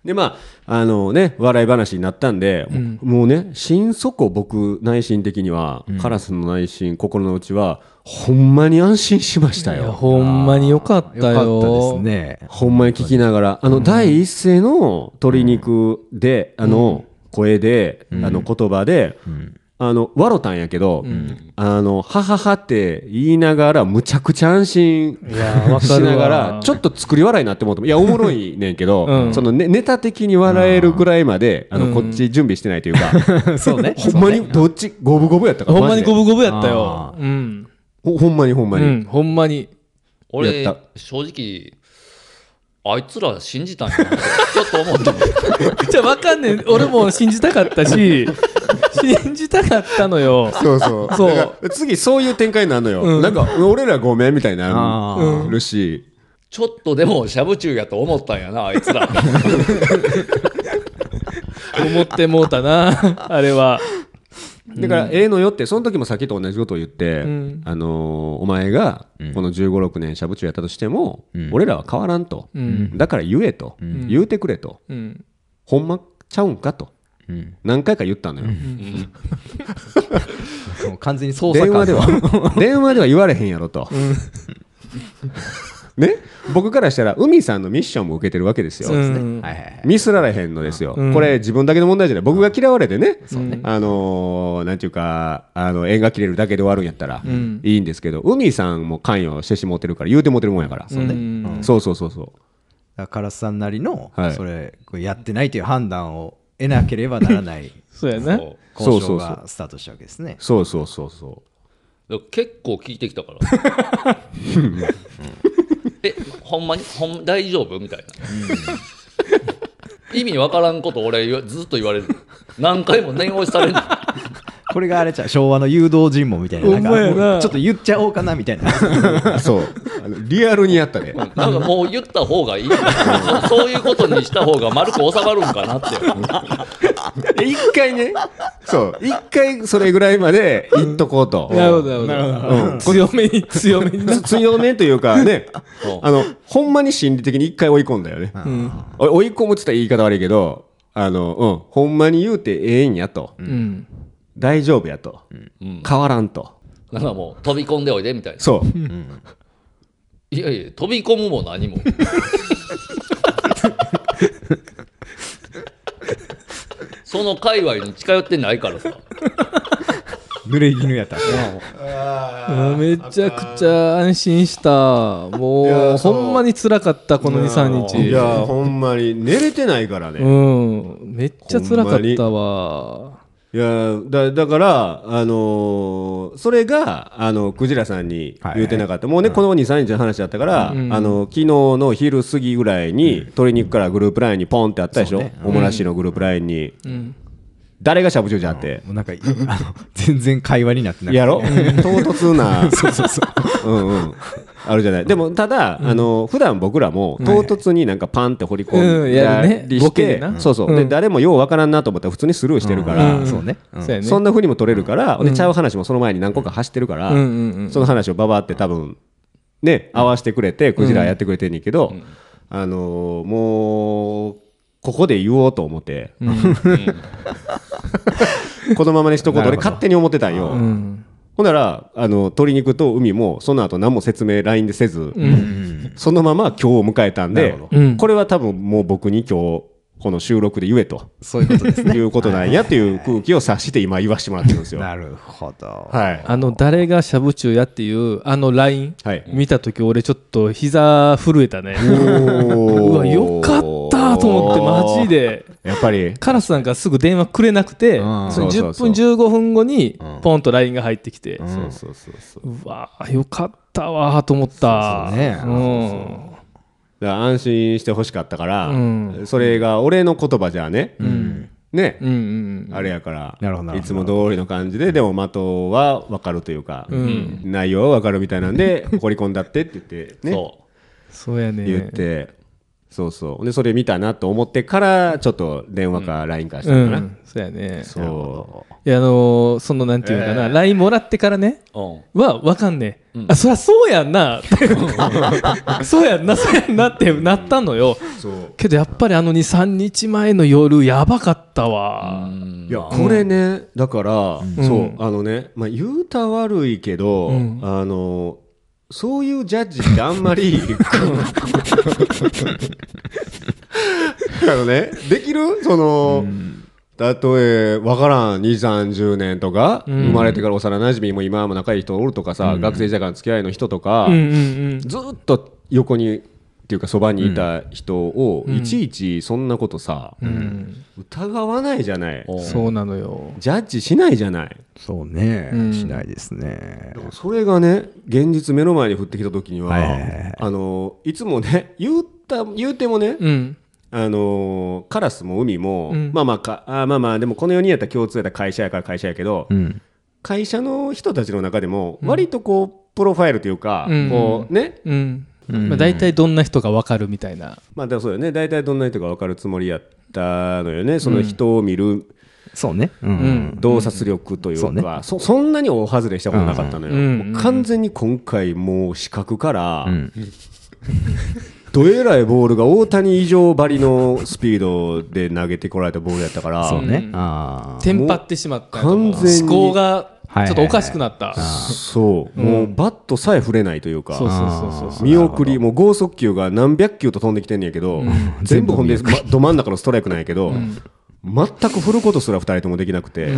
C: で、まあ、あのね、笑い話になったんで、
A: ん
C: もうね、心底僕、内心的には、カラスの内心、心の内は、ほんまに安心しました
A: いや
C: よ。
A: ほんまによかったよ
D: よかったですね。
C: ほんまに聞きながら、あの、第一声の鶏肉で、あの、声で、あの、言葉で、あの、笑たんやけど、あの、はははって言いながら、むちゃくちゃ安心
A: いやわか
C: し
A: るわ
C: ながら、ちょっと作り笑いになってもうて も、いや、おもろいねんけど、
A: うん
C: そのねネタ的に笑えるぐらいまで、あの、こっち準備してないという か、
D: そう ね。
C: ほんまにどっち、五分五分やったから。
A: ほんまに五
C: マ
A: 分
C: ジ
A: 五分やったよ
D: あ。
A: うん。
C: でほほんまにほんま
A: う
C: に。
A: ん、ほんまに。
B: 俺
C: やった
B: 正直あいつら信じたんやなってちょっと思った
A: じゃあわかんねえ。俺も信じたかった し、信じたかったのよ。
C: そうそう。
A: そう
C: だから次、そういう展開になるのよ。
A: うん
C: なんか、俺らごめんみたいにな
D: あ
C: る
D: ー
C: るし、
B: ちょっとでもしゃぶ中やと思ったんやなあいつら
A: 思ってもうたな、あれは。
C: だから、ええのよって、その時もさっきと同じことを言って、
A: ん
C: あのーお前がこの15、6年しゃぶ中やったとしても、俺らは変わらんと、
A: うん
C: だから言えと、言うてくれと、
A: うん。
C: ほんまちゃうんかと、
D: うん
C: 何回か言ったのよ、
D: もう完全に操作
C: 電
D: 官
C: 話 では電話では言われへんやろと、ね僕からしたら海さんのミッションも受けてるわけですよ、
A: うん
D: はいはいはい。
C: ミスられへんのですよ、
A: うん
C: これ自分だけの問題じゃない僕が嫌われて
A: ね
C: ね、あのーなんていうかあの縁が切れるだけで終わるんやったら
A: ん
C: いいんですけど、海さんも関与してしもうてるから言うてもうてるもんやから、
A: う
C: うん
A: ん
C: そうそうそうそう
D: だから唐津さんなりの、
C: はい
D: それこうやってないという判断を得なければならない
A: そうやな。
C: そうそ
D: 交渉
C: うそ
D: がスタートしたわけですね。
C: そうそうそうそ
B: 結構聞いてきたからえほんまにほん大丈夫みたいな意味わからんこと俺言わずっと言われる何回も念押しされる
D: これがあれじゃう昭和の誘導尋問みたいななんか
A: ほんまやな
D: もうちょっと言っちゃおうかなみたいな
C: う そうあのリアルに やったね
B: なんかもう言った方がいいそそういうことにした方が丸く収まるんかなって
C: で一回ねそう一回それぐらいまで言っとこうと、
A: なるほど、なるほど。うん強めに、強めにな。
C: つ強めというかね
B: うん
C: あのほんまに心理的に一回追い込んだよね、
A: うん。
C: お追い込むって言ったら言い方悪いけどあの、うん、ほんまに言うてええんやと、
A: うん。
C: 大丈夫やと、
B: うん
C: 変わらんと
B: なんかもう飛び込んでおいでみたいな
C: そう
B: いやいや飛び込むも何もその界隈に近寄ってないからさ
D: 濡れ衣やった
A: めちゃくちゃ安心した。
C: い
A: もう、
C: やそう
A: ほんまに辛かった、この2、
C: い
A: 3日。
C: やほんまに寝れてないからね、
A: うん。めっちゃ辛かったわ。
C: いやだだから、あのーそれがあのクジラさんに言うてなかった、もうね、この23日の話だったから、
A: うん
C: あの昨日の昼過ぎぐらいに、鶏肉からグループラインにポンってあったでしょ、
D: そうね
C: おもらしのグループラインに、
A: うん。
C: 誰がしゃぶしゅうじゃって、
D: もうなんかいあの全然会話になってない
C: やろ、唐突 な
D: そうそうそう
C: うんうんあるじゃないでもただ、あの普段僕らも唐突になんかパンって掘り込
A: うん
C: ん
A: や
C: だ
A: るね
C: り
A: ボ
C: し
A: ケ
C: て、
A: でな
C: そうそう、
A: うん
C: で誰もようわからんなと思ったら普通にスルーしてるから、
A: うん
D: そうね、うん
A: そうやね。
C: そんなふうにも取れるから、でちゃう話もその前に何個か走ってるから、
A: うんうんうん
C: その話をババって多分ね合わせてくれてクジラやってくれてんねんけど、あのーもうここで言おうと思って、このままにしとこうと俺勝手に思ってたんよ。
A: うん。
C: ほんならあの鶏肉と海もその後何も説明 LINE でせず、そのまま今日を迎えたん
D: な
C: で
D: るほ、
A: どうん
C: これは多分もう僕に今日この収録で言えと
D: そういうことですね
C: いうことなんやっていう空気を察して今言わしてもらってるんですよ。は
D: なるほど、
C: い、
A: あの誰がしゃぶちゅうやっていうあの LINE
C: はい
A: 見た時俺ちょっと膝震えたねう
C: う
A: わよかったと思ってマジで
C: やっぱり
A: カラスなんかすぐ電話くれなくて
D: うん
A: その
C: そ
A: 10
C: うそう
A: 分15分後にポンと LINE が入ってきて
C: そうそうそうそう
A: うわよかったわと思った
D: そうそうね
A: うん
C: だから安心してほしかったから、
A: うん
C: それが俺の言葉じゃね、ね、
A: うんうん
C: あれやから
D: なるほどなる
C: い
D: ほ
C: つも通りの感じででも的は分かるというか、
A: ん
C: 内容は分かるみたいなんで掘り込んだってって言ってね
B: そ
A: そうやね
C: 言ってそうそうでそれ見たなと思ってからちょっと電話か LINE かしたのかな、
A: うん、そうやね
C: そ
A: いやあのーそのなんていうのかな、LINE もらってからね
B: うん
A: は分かんねえ、
B: うん
A: あそりゃそうやんなって そうやんなそうやんなってなったのよ
C: うそう
A: けどやっぱりあの23日前の夜やばかった
B: う
A: わ
B: ん
C: いやこれねだから、そうあのね、まあ、言うた悪いけど、
A: うん
C: あのそういうジャッジってあん まりあのねできるその、たとえわからん2 3 0年とか、
A: うん
C: 生まれてから幼馴染も今も仲いい人おるとかさ、学生時代からの付き合いの人とか、
A: うんうんうん
C: ずーっと横にっていうかそばにいた人を、
A: うん
C: いちいちそんなことさ、
A: うん
C: 疑わないじゃない、
B: お
A: そうなのよ
C: ジャッジしないじゃない
D: そうね、
A: うん
D: しないですね
C: だからそれがね現実目の前に降ってきた時には、
D: はいはいはい
C: あのいつもね言った言うてもね、
A: うん
C: あのカラスも海も、
A: うん
C: まあまあかあーまあまあでもこの4人やったら共通やったら会社やから会社やけど、
D: うん
C: 会社の人たちの中でも割とこう、プロファイルというか、
A: うん
C: こうね
A: うん、まあ、大体どんな人が分かるみたいな
C: まあでもそうだよね大体どんな人か分かるつもりやったのよねその人を見る
D: そうねうん、
A: うん
C: 洞察力というか、
D: うんそう
C: そそんなに大外れしたことなかったのよ、
A: うん
C: もう完全に今回もう視覚から、
D: うん
C: どえらいボールが大谷以上ばりのスピードで投げてこられたボールやったから
D: そうね、
A: うん
D: ああ
A: テンパってしまった
C: 完全に
A: 思考がちょっとおかしくなった、
C: そうもうバットさえ触れないというか、
A: そうそうそうそうそう
C: 見送りもう剛速球が何百球と飛んできてんねやけど、全部ほんで、まど真ん中のストライクなんやけど、全く振ることすら2人ともできなくて、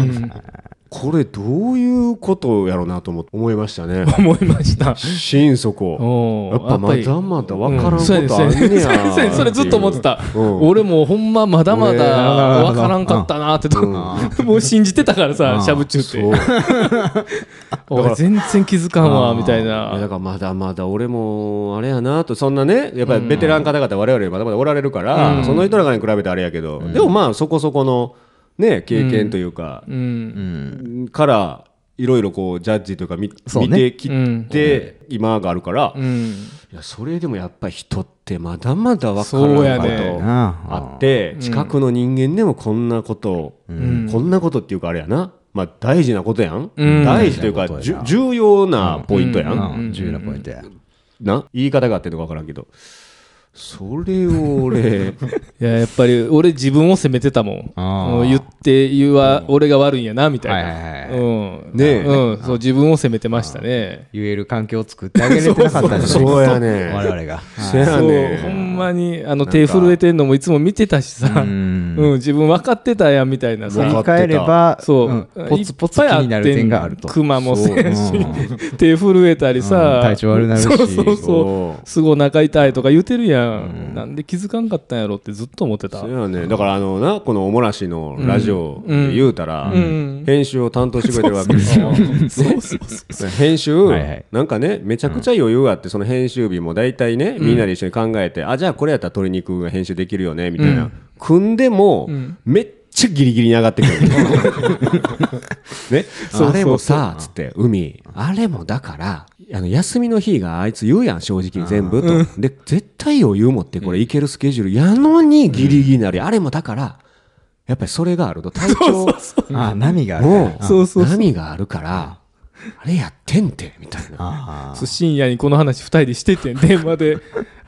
C: これどういうことやろうなと思思いましたね
A: 思いました
C: 心底
A: お
C: や
A: ー
C: っぱま
A: やっぱ
C: だ
A: り
C: まだ分からんこ
A: そうやね
C: とあんねや
A: そうやねそうやねそれずっと思ってた、
C: うん
A: 俺もうほんままだま
C: ねえ
A: だ分からんかったなってと、もう信じてたからさしゃぶ中って
C: そう
A: 俺全然気づかんわみたい
C: いやだ
A: な
C: からまだまだ俺もあれやなとそんなねやっぱりベテラン方々我々まだまだおられるから、その人らに比べてあれやけど、でもまあそこそこのね経験というか、
A: うん
C: からいろいろこうジャッジというか見,、
D: そうね
C: 見てき
A: うん
C: て、今があるから、
A: う
C: い
A: ん
C: やそれでもやっぱり人ってまだまだ分か
A: そう
C: ら
A: や
C: ん
A: ね
C: ことあ
D: あ
C: って、近くの人間でもこんなことを、
A: ん
C: こんなことっていうかあれやな、まあ、大事なことやん、
A: うん
C: 大事というか
D: 大事
C: じ
D: な
C: ゅ
D: ことやな
C: 重要なポイントやん、
D: うん重要なポイントや
C: な言い方があってんのか分からんけどそれ を俺
A: いややっぱり俺自分を責めてたもん
D: あー
A: もう言って言わ俺が悪いんやなみたい
D: はいはい
A: な
D: はい
A: うん
C: ねえ
A: うんそう自分を責めてましたね
D: 言える環境を作ってあげれてなかったんですね
C: そうやね
D: 我々が
C: せや
A: そう
C: ね
A: ほ
C: ん
A: んまにあの手震えてんのもいつも見てたしさ、う
D: うんん
A: 自分分かってたやんみたいな
C: わ
D: 振
C: か
A: さ
D: り返れば
A: そう、
D: んポツポツ気になる点があると
A: クマもせやし、
D: そう
A: 手震えたりさ、
D: うん体調悪なるし
A: そうそうそ
C: そう
A: すぐお腹痛いとか言うてるやん、なんで気づかんかったんやろってずっと思ってた
C: そうやねだからあのなこのおもらしのラジオで言うたら、
A: ん
C: 編集を担当してくれてるわけで すよ。
A: そうそうそう
C: 編集、
D: はいはい
C: なんかねめちゃくちゃ余裕があって、その編集日も大体ねみんなで一緒に考えて、あじゃあこれやったら鶏肉が編集できるよねみたいな、
A: うん
C: 組んでも、
A: ん
C: めっちゃギリギリに上がってくる
A: そうそう
C: ね
A: そう
C: あれもさつって海あれもだからあの休みの日があいつ言うやん正直に全部と、で絶対余裕持ってこれいけるスケジュールやのにギリギリになる、あれもだからやっぱりそれがあると体調
D: ああ波があるから
C: も
A: そうそうそう
C: 波があるから、あれやってんて、みたいな。
D: あ
A: そう深夜にこの話2人でしててん電話で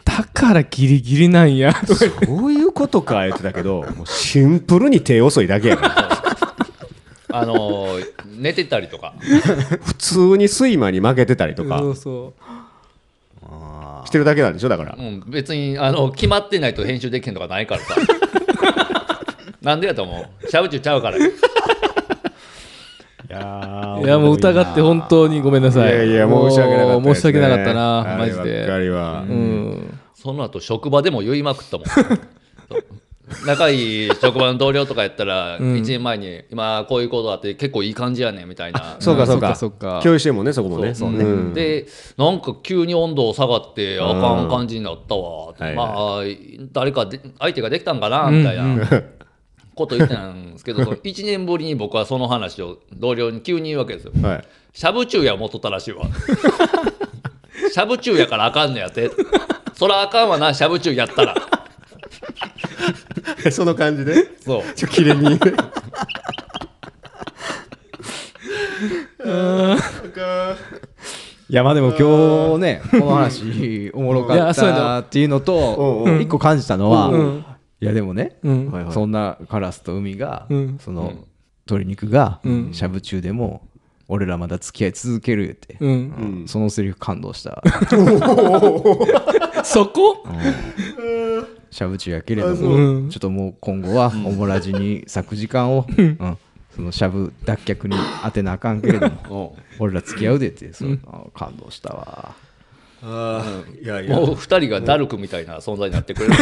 A: だからギリギリなんやとか
C: そういうことか、言ってたけど、 もうシンプルに手遅いだけや から。
B: あのー寝てたりとか
C: 普通に睡魔に負けてたりと
A: そ
C: か
A: うそ
C: してるだけなんでしょ、だから
B: う。ん、別にあの決まってないと編集できへんとかないか らさなんでやと思うしゃぶちゅうちゃうから
A: ういやもう疑って本当にごめんなさい
C: いやいや、申し訳なかったですね、
A: もう申し訳なかったなマジ
C: あればっか
A: で
C: りは
A: う。ん
B: その後職場でも言いまくったもんそう仲いい職場の同僚とかやったら
A: ん
B: 1年前に今こういうことあって結構いい感じやねんみたいな
C: そうか、そう
A: うん
C: か、
A: そっかそっか
C: 共有してるもんね、そこもね。
B: そうね
C: うん
B: でなんか急に温度下がってあかん感じになったわって、
C: はい
B: まあ誰かで相手ができたんかなみたいな。こと言ってたんですけど、その1年ぶりに僕はその話を同僚に急に言うわけですよ。
C: はい。
B: しゃぶ中や思っとったらしいわ。しゃぶ中やからあかんのやって。そらあかんわな、しゃぶ中やったら。
C: その感じで
B: そう
C: ちょ綺麗 に
D: いやまあでも今日ねこの話おもろ
A: い
D: か
A: や
D: っ
A: そうやな
D: たっていうのと
C: うん
A: うん
D: 一個感じたの
A: うん
D: は「いやでもね
A: うん
C: はいはい
D: そんなカラスと海が
A: うん
D: その鶏肉が
A: うん
D: しゃぶ中でも俺らまだ付き合い続ける」って
A: うん
C: うん
D: そのセリフ感動した
A: そこ
D: しゃぶ中やけれど
A: うう
D: も
A: ん
D: ちょっともう今後はオモラジに咲く時間をうんそのしゃぶ脱却に当てなあかんけれど も俺ら付き合うでってそうあ感動したわ
C: あーいやいや
B: もう二人がダルクみたいな存在になってくれる。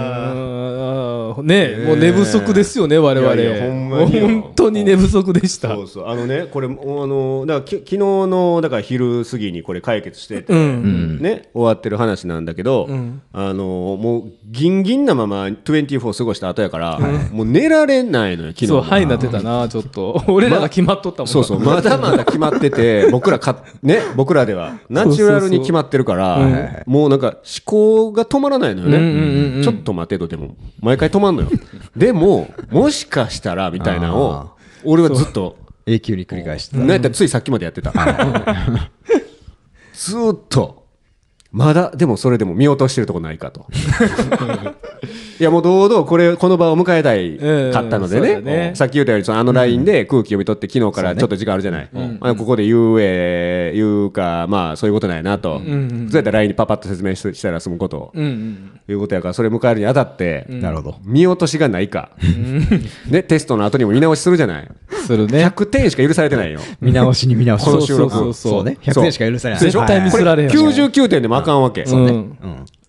A: あーねえもう寝不足ですよね我々
C: いやいやほんま
A: もう
C: によ
A: 本当に寝不足でした
C: そうそうあのねこれもあのだからき昨日のだから昼過ぎにこれ解決してて、
A: うん
C: ね、終わってる話なんだけど、
A: うん
C: あのもうギンギンなまま24過ごした後やから、もう寝られないのよ昨日
A: そうはいなってたなちょっと 俺らが決まっとったもんな
C: そうそうまだまだ決まってて 僕らか、ね、僕らではナチュラルに決まってるから
A: そうそう
C: もうなんか思考が止まらないのよね、
A: うんうんうんうん
C: ちょっと待てとでも毎回止ま んのよでももしかしたらみたいなのを俺はずっと
D: 永久に繰り返してた
C: なんやったらついさっきまでやってた ずーっとまだでもそれでも見落としてるとこないか といやもう堂々これこの場を迎えたい
A: うん
C: かったので
A: そう
C: ね,、
A: だね
C: さっき言ったようにそのあの LINE で空気読み取って昨日からちょっと時間あるじゃない、あここで言うえー言うかまあそういうことないなと、そうやったら LINE にパパッと説明ししたら済むことを、
A: うんうん
C: いうことやからそれ迎えるにあたって、
D: なるほど
C: 見落としがないか、ね、テストの後にも見直しするじゃない
A: するね
C: 100点しか許されてないよ
D: 見直しに見直し
C: この収録
D: そうそうそうそうね100点しか許されない
A: 絶対ミスられへん
C: 99点でもあかんわけ、
A: うん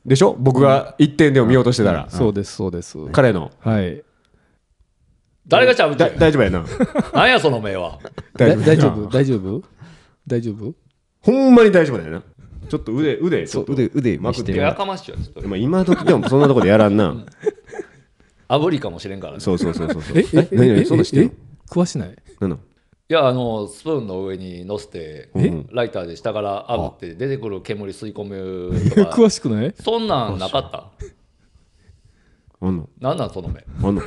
C: でしょ僕が1点でも見落としてたら、
A: そうですそうです
C: 彼の
A: はい
B: 誰がちゃぶっ
C: だ
B: て。
C: 大丈夫 やな
B: なんやその目は。
A: だ
C: 大丈夫
A: 大丈夫大丈夫大丈夫
C: ほんまに大丈夫だよなちょっと腕腕ちょっと
D: 腕腕見せ
C: い
D: て
C: や
B: やかましいよ。ちょっと
C: まあ今時でもそんなとこでやらんな
B: 炙りかもしれんからね。
C: そうそうそうそうそう
A: ええ
C: 何
A: え
C: 何
A: え
C: そんなんしてんの
A: え食わし ない
C: 何なの
B: いやあのスプーンの上に乗せて
C: え
B: ライターで下から炙って出てくる煙吸い込むとか
A: 詳しくない
B: そんなんなかった
C: あんの
B: なんなんその目い
C: あんの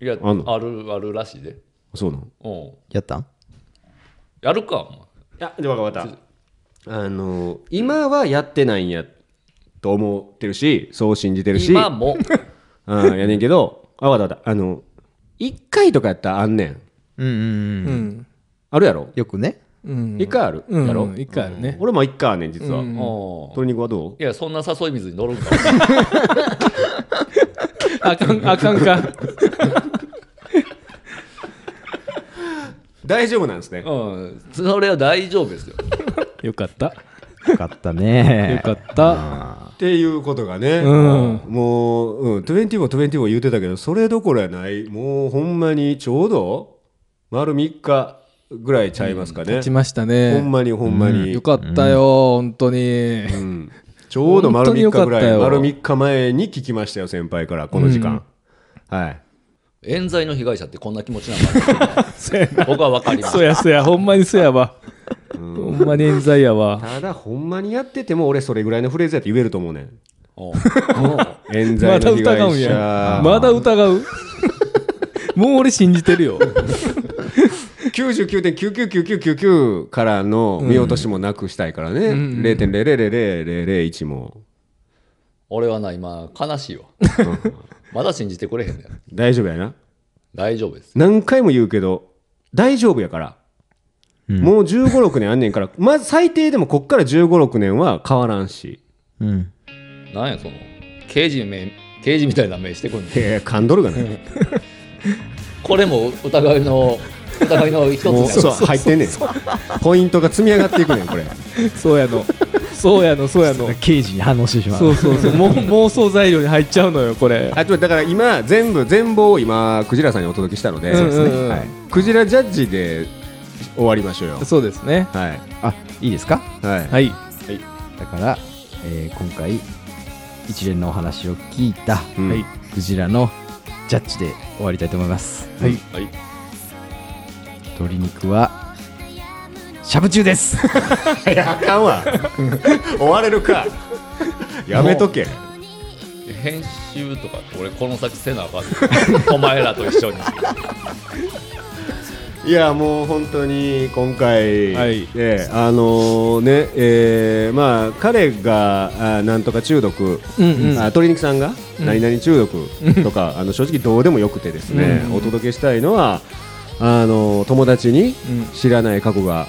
B: や
C: あんの
B: あるあるらしいで
C: そうなの
B: うん
D: やったん
B: やるかお前
C: いやで分かったあの今はやってないんやと思ってるしそう信じてるし
B: 今 も
C: うんやねんけどあ分かった分かったあの1回とかやったらあんねん
D: うんうん
A: う
D: うん
A: ん
C: あるやろ
D: よくね
A: うん
C: 一回ある
A: うん
C: やろ、
A: うん一回あるね
C: 俺も一回あんねん実は、
A: うん
B: うん
C: 鶏肉はどう
B: いやそんな誘い水に乗る んか
A: あかんあかんか
C: 大丈夫なんですね
B: うんそれは大丈夫ですよ
A: よかった
D: よかったね
A: よかった
C: っていうことがね、
A: うん
C: もう、うん、20も20も言ってたけどそれどころやないもうほんまにちょうど丸3日ぐらいちゃいますかね、
A: 来ました
C: ほん
A: ね
C: まにほんまに、うん
A: よかったよ本当に
C: ちょうど丸
A: 本当によ
C: 3
A: か
C: 日
A: っ
C: ぐ
A: たよ
C: らい丸3日前に聞きましたよ先輩からこの時間、はい
B: 冤罪の被害者ってこんな気持ちなん だ僕は分かります
A: そやそやほんまにそやわほんまに冤罪やわ
C: ただほんまにやってても俺それぐらいのフレーズやって言えると思うねん
B: うん
C: 冤罪
A: まだ
C: の被害
A: 疑
C: 者
A: うんやまだ疑うもう俺信じてるよ
C: 99.99999からの見落としもなくしたいからね、0.000001も
B: 俺はな今悲しいわまだ信じてくれへんねん
C: 大丈夫やな
B: 大丈夫です
C: 何回も言うけど大丈夫やから、もう1 5 6年あんねんから まず最低でもこっから1 5 6年は変わらんし
D: うん
B: なんやその刑事め刑事みたいな目してくんねん
C: え ー、噛んどるがね
B: これも疑いの疑いの一つ
C: も
B: だ
C: うそう
B: よ
C: 入ってんねんポイントが積み上がっていくねんこれ
A: そうやのそうやのそうやの
D: 刑事に反応してしまう
A: そうそうそうもう妄想材料に入っちゃうのよこれ
C: あちょっとだから今全部全貌を今クジラさんにお届けしたので、
A: うんうんうん
C: はい、クジラジャッジで終わりましょうよ
A: そうですね
C: はい
D: あいいですか
C: はい
A: はい
D: だから、えー今回一連のお話を聞いた
C: うん
A: はい
D: クジラのジャッジで終わりたいと思います
A: はい
B: はい
D: 鶏肉はししゃぶ中です。
C: いやあかんわ追われるかやめとけ
B: 編集とかって俺この先せなあかん お前らと一緒に
C: いやもう本当に今回、
A: はい
C: ええあのねえーまあ彼があなんとか中毒、
A: うんうん
C: あ鶏肉さんが何々中毒とか、あの正直どうでもよくてですね、お届けしたいのはあの友達に
A: うん
C: 知らない過去が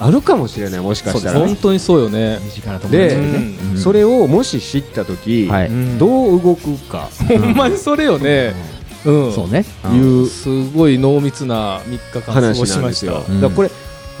C: あるかもしれないもしかしたら
A: 本当にそうよね
D: 身近な友
C: で、
D: 達にね。
A: う
C: それをもし知った時、
D: はい
A: うん
C: どう動くか
A: ほんまにそれよねうん
D: そうね。
C: い
D: うん
C: う
A: すごい濃密な3日間過
C: 話
A: ごし
C: なん
A: ま
C: で
A: し
C: す
A: た
C: よ。
D: うん
C: だからこれ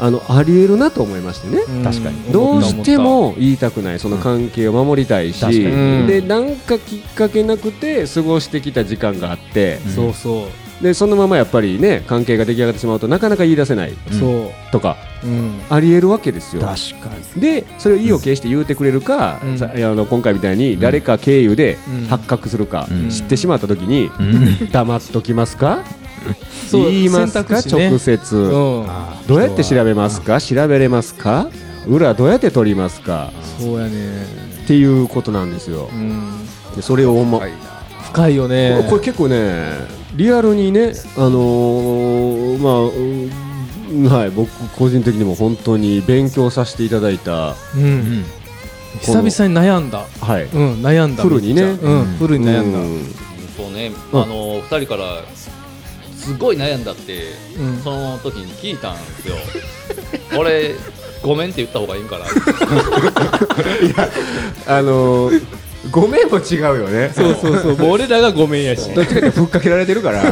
C: あのありえるなと思いましてね。
A: うん
D: 確かに
C: どうしても言いたくないその関係を守りたいし、
D: 確かに
A: うん
C: でなんかきっかけなくて過ごしてきた時間があって、
D: うん
A: そうそ
C: でそのままやっぱりね関係が出来上がってしまうとなかなか言い出せないう
A: そ
C: とか
A: ううん
C: ありえるわけですよ。
D: 確かに。
C: でそれを意を決して言うてくれるか、
A: うん
C: さあの今回みたいに誰か経由で
A: うん
C: 発覚するか、
D: うん
C: 知ってしまった時に、
D: うん
C: 黙っときますか
A: そう
C: 言いますか、
A: 選択肢ね
C: 直接、
A: うん
C: どうやって調べますか調べれますか裏どうやって取りますか
A: そうやね
C: っていうことなんですよ
A: う、ん
C: でそれを思う、
D: 深いな
A: 深いよね
C: これ結構ねリアルにねあのーまあうん、はい僕個人的にも本当に勉強させていただいた
A: うん
D: うん
A: 久々に悩んだ
C: はい、
A: うん悩んだ
C: フルにね
A: めっちゃうんフルに悩んだ
C: うん
B: そうね、
C: うん
B: あの2人からすごい悩んだって、
A: うん
B: その時に聞いたんですよ 俺ごめんって言った方がいいんかな
C: あのーごめんも違うよね
A: そうそうそうもう俺らがごめんや し
C: どっちかってふっかけられてるから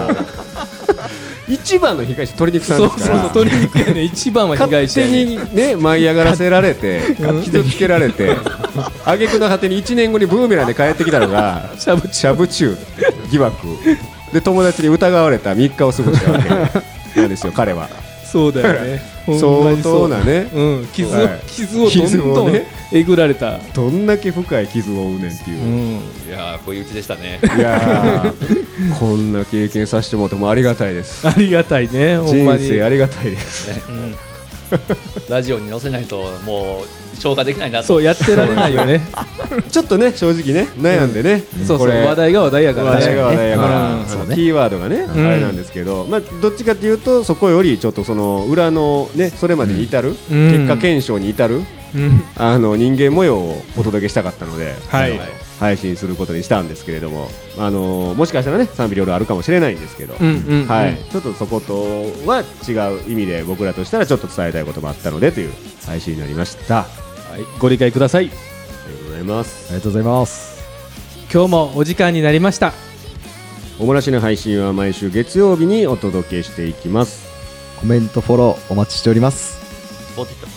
C: 一番の被害者鳥肉さん
A: そ
C: で
A: う
C: す
A: そ
C: か
A: う
C: ら
A: そう鶏肉やね一番は被害
C: 勝
A: 者やね
C: 手にね舞い上がらせられて
A: うん
C: 傷つけられて挙句の果てに1年後にブーメランで帰ってきたのが
A: しゃぶ
C: しゃぶ中疑惑で友達に疑われた3日を過ごしたわけなんですよ彼は
A: そうだよねほんま
C: 相
A: に
C: 当
A: う
C: なね
A: うん傷を
C: はい
A: 傷をどん
C: 傷
A: ど
C: を
A: ん
C: ね
A: えぐられた
C: どんだけ深い傷を負うねんっていうう、
A: ん
B: いやー不意打ちでしたね
C: いやーこんな経験させてもらってもありがたいです
A: ありがたいねほんま
C: 人
A: に
C: 生ありがたいです
A: うん
B: ラジオに載せないともう消化できないなと
A: そうやってられないよね
C: ちょっとね正直ね悩んでね、
A: そうそ
C: こ
A: う
C: れ
A: 話題が話題やから
C: 話題が話題やか
A: うん
C: ら、そ
D: そう
C: の
D: ね
C: キーワードがね、
A: ん
C: あれなんですけど、まあ、どっちかというと、そこよりちょっとその裏の、ね、それまでに至る、
A: うん
C: 結果検証に至る
A: うん
C: あの人間模様をお届けしたかったので、
A: はい
C: あの配信することにしたんですけれども、あのもしかしたらね、賛否両論あるかもしれないんですけど。
A: うんうんうん
C: はい、ちょっとそことは違う意味で僕らとしたらちょっと伝えたいこともあったのでという配信になりましたあ
A: はいご理解ください
C: りがとうございます
D: ありがとうございます。
A: 今日もお時間になりました
C: おもらしの配信は毎週月曜日にお届けしていきます
D: コメント、フォローお待ちしております。
B: ポテト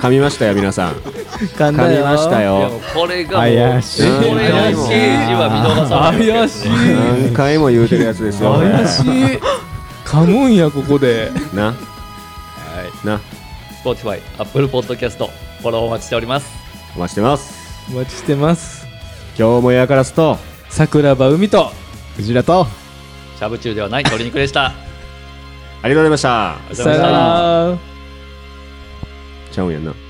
C: 噛みましたよ皆さん
D: 噛
C: 噛みました
B: いや
C: よ
B: もうこれがもう
D: 怪しい
B: これがもう刑事は見逃さない
A: 怪しい
C: 何回も言うてるやつですよ
A: 怪しい噛むんやここで
C: な
B: はい
C: な
B: Spotify、Apple Podcast、フォローお待ちしております。
C: お待ちしてます
A: お待ちしてます
C: 今日もやからすと
A: 桜庭海と
D: クジラと。
B: しゃぶ中ではない鶏肉でした。
C: ありがとうございました
B: ありがとうござい
A: さ
B: ました
A: よなら
C: ちゃうんやんな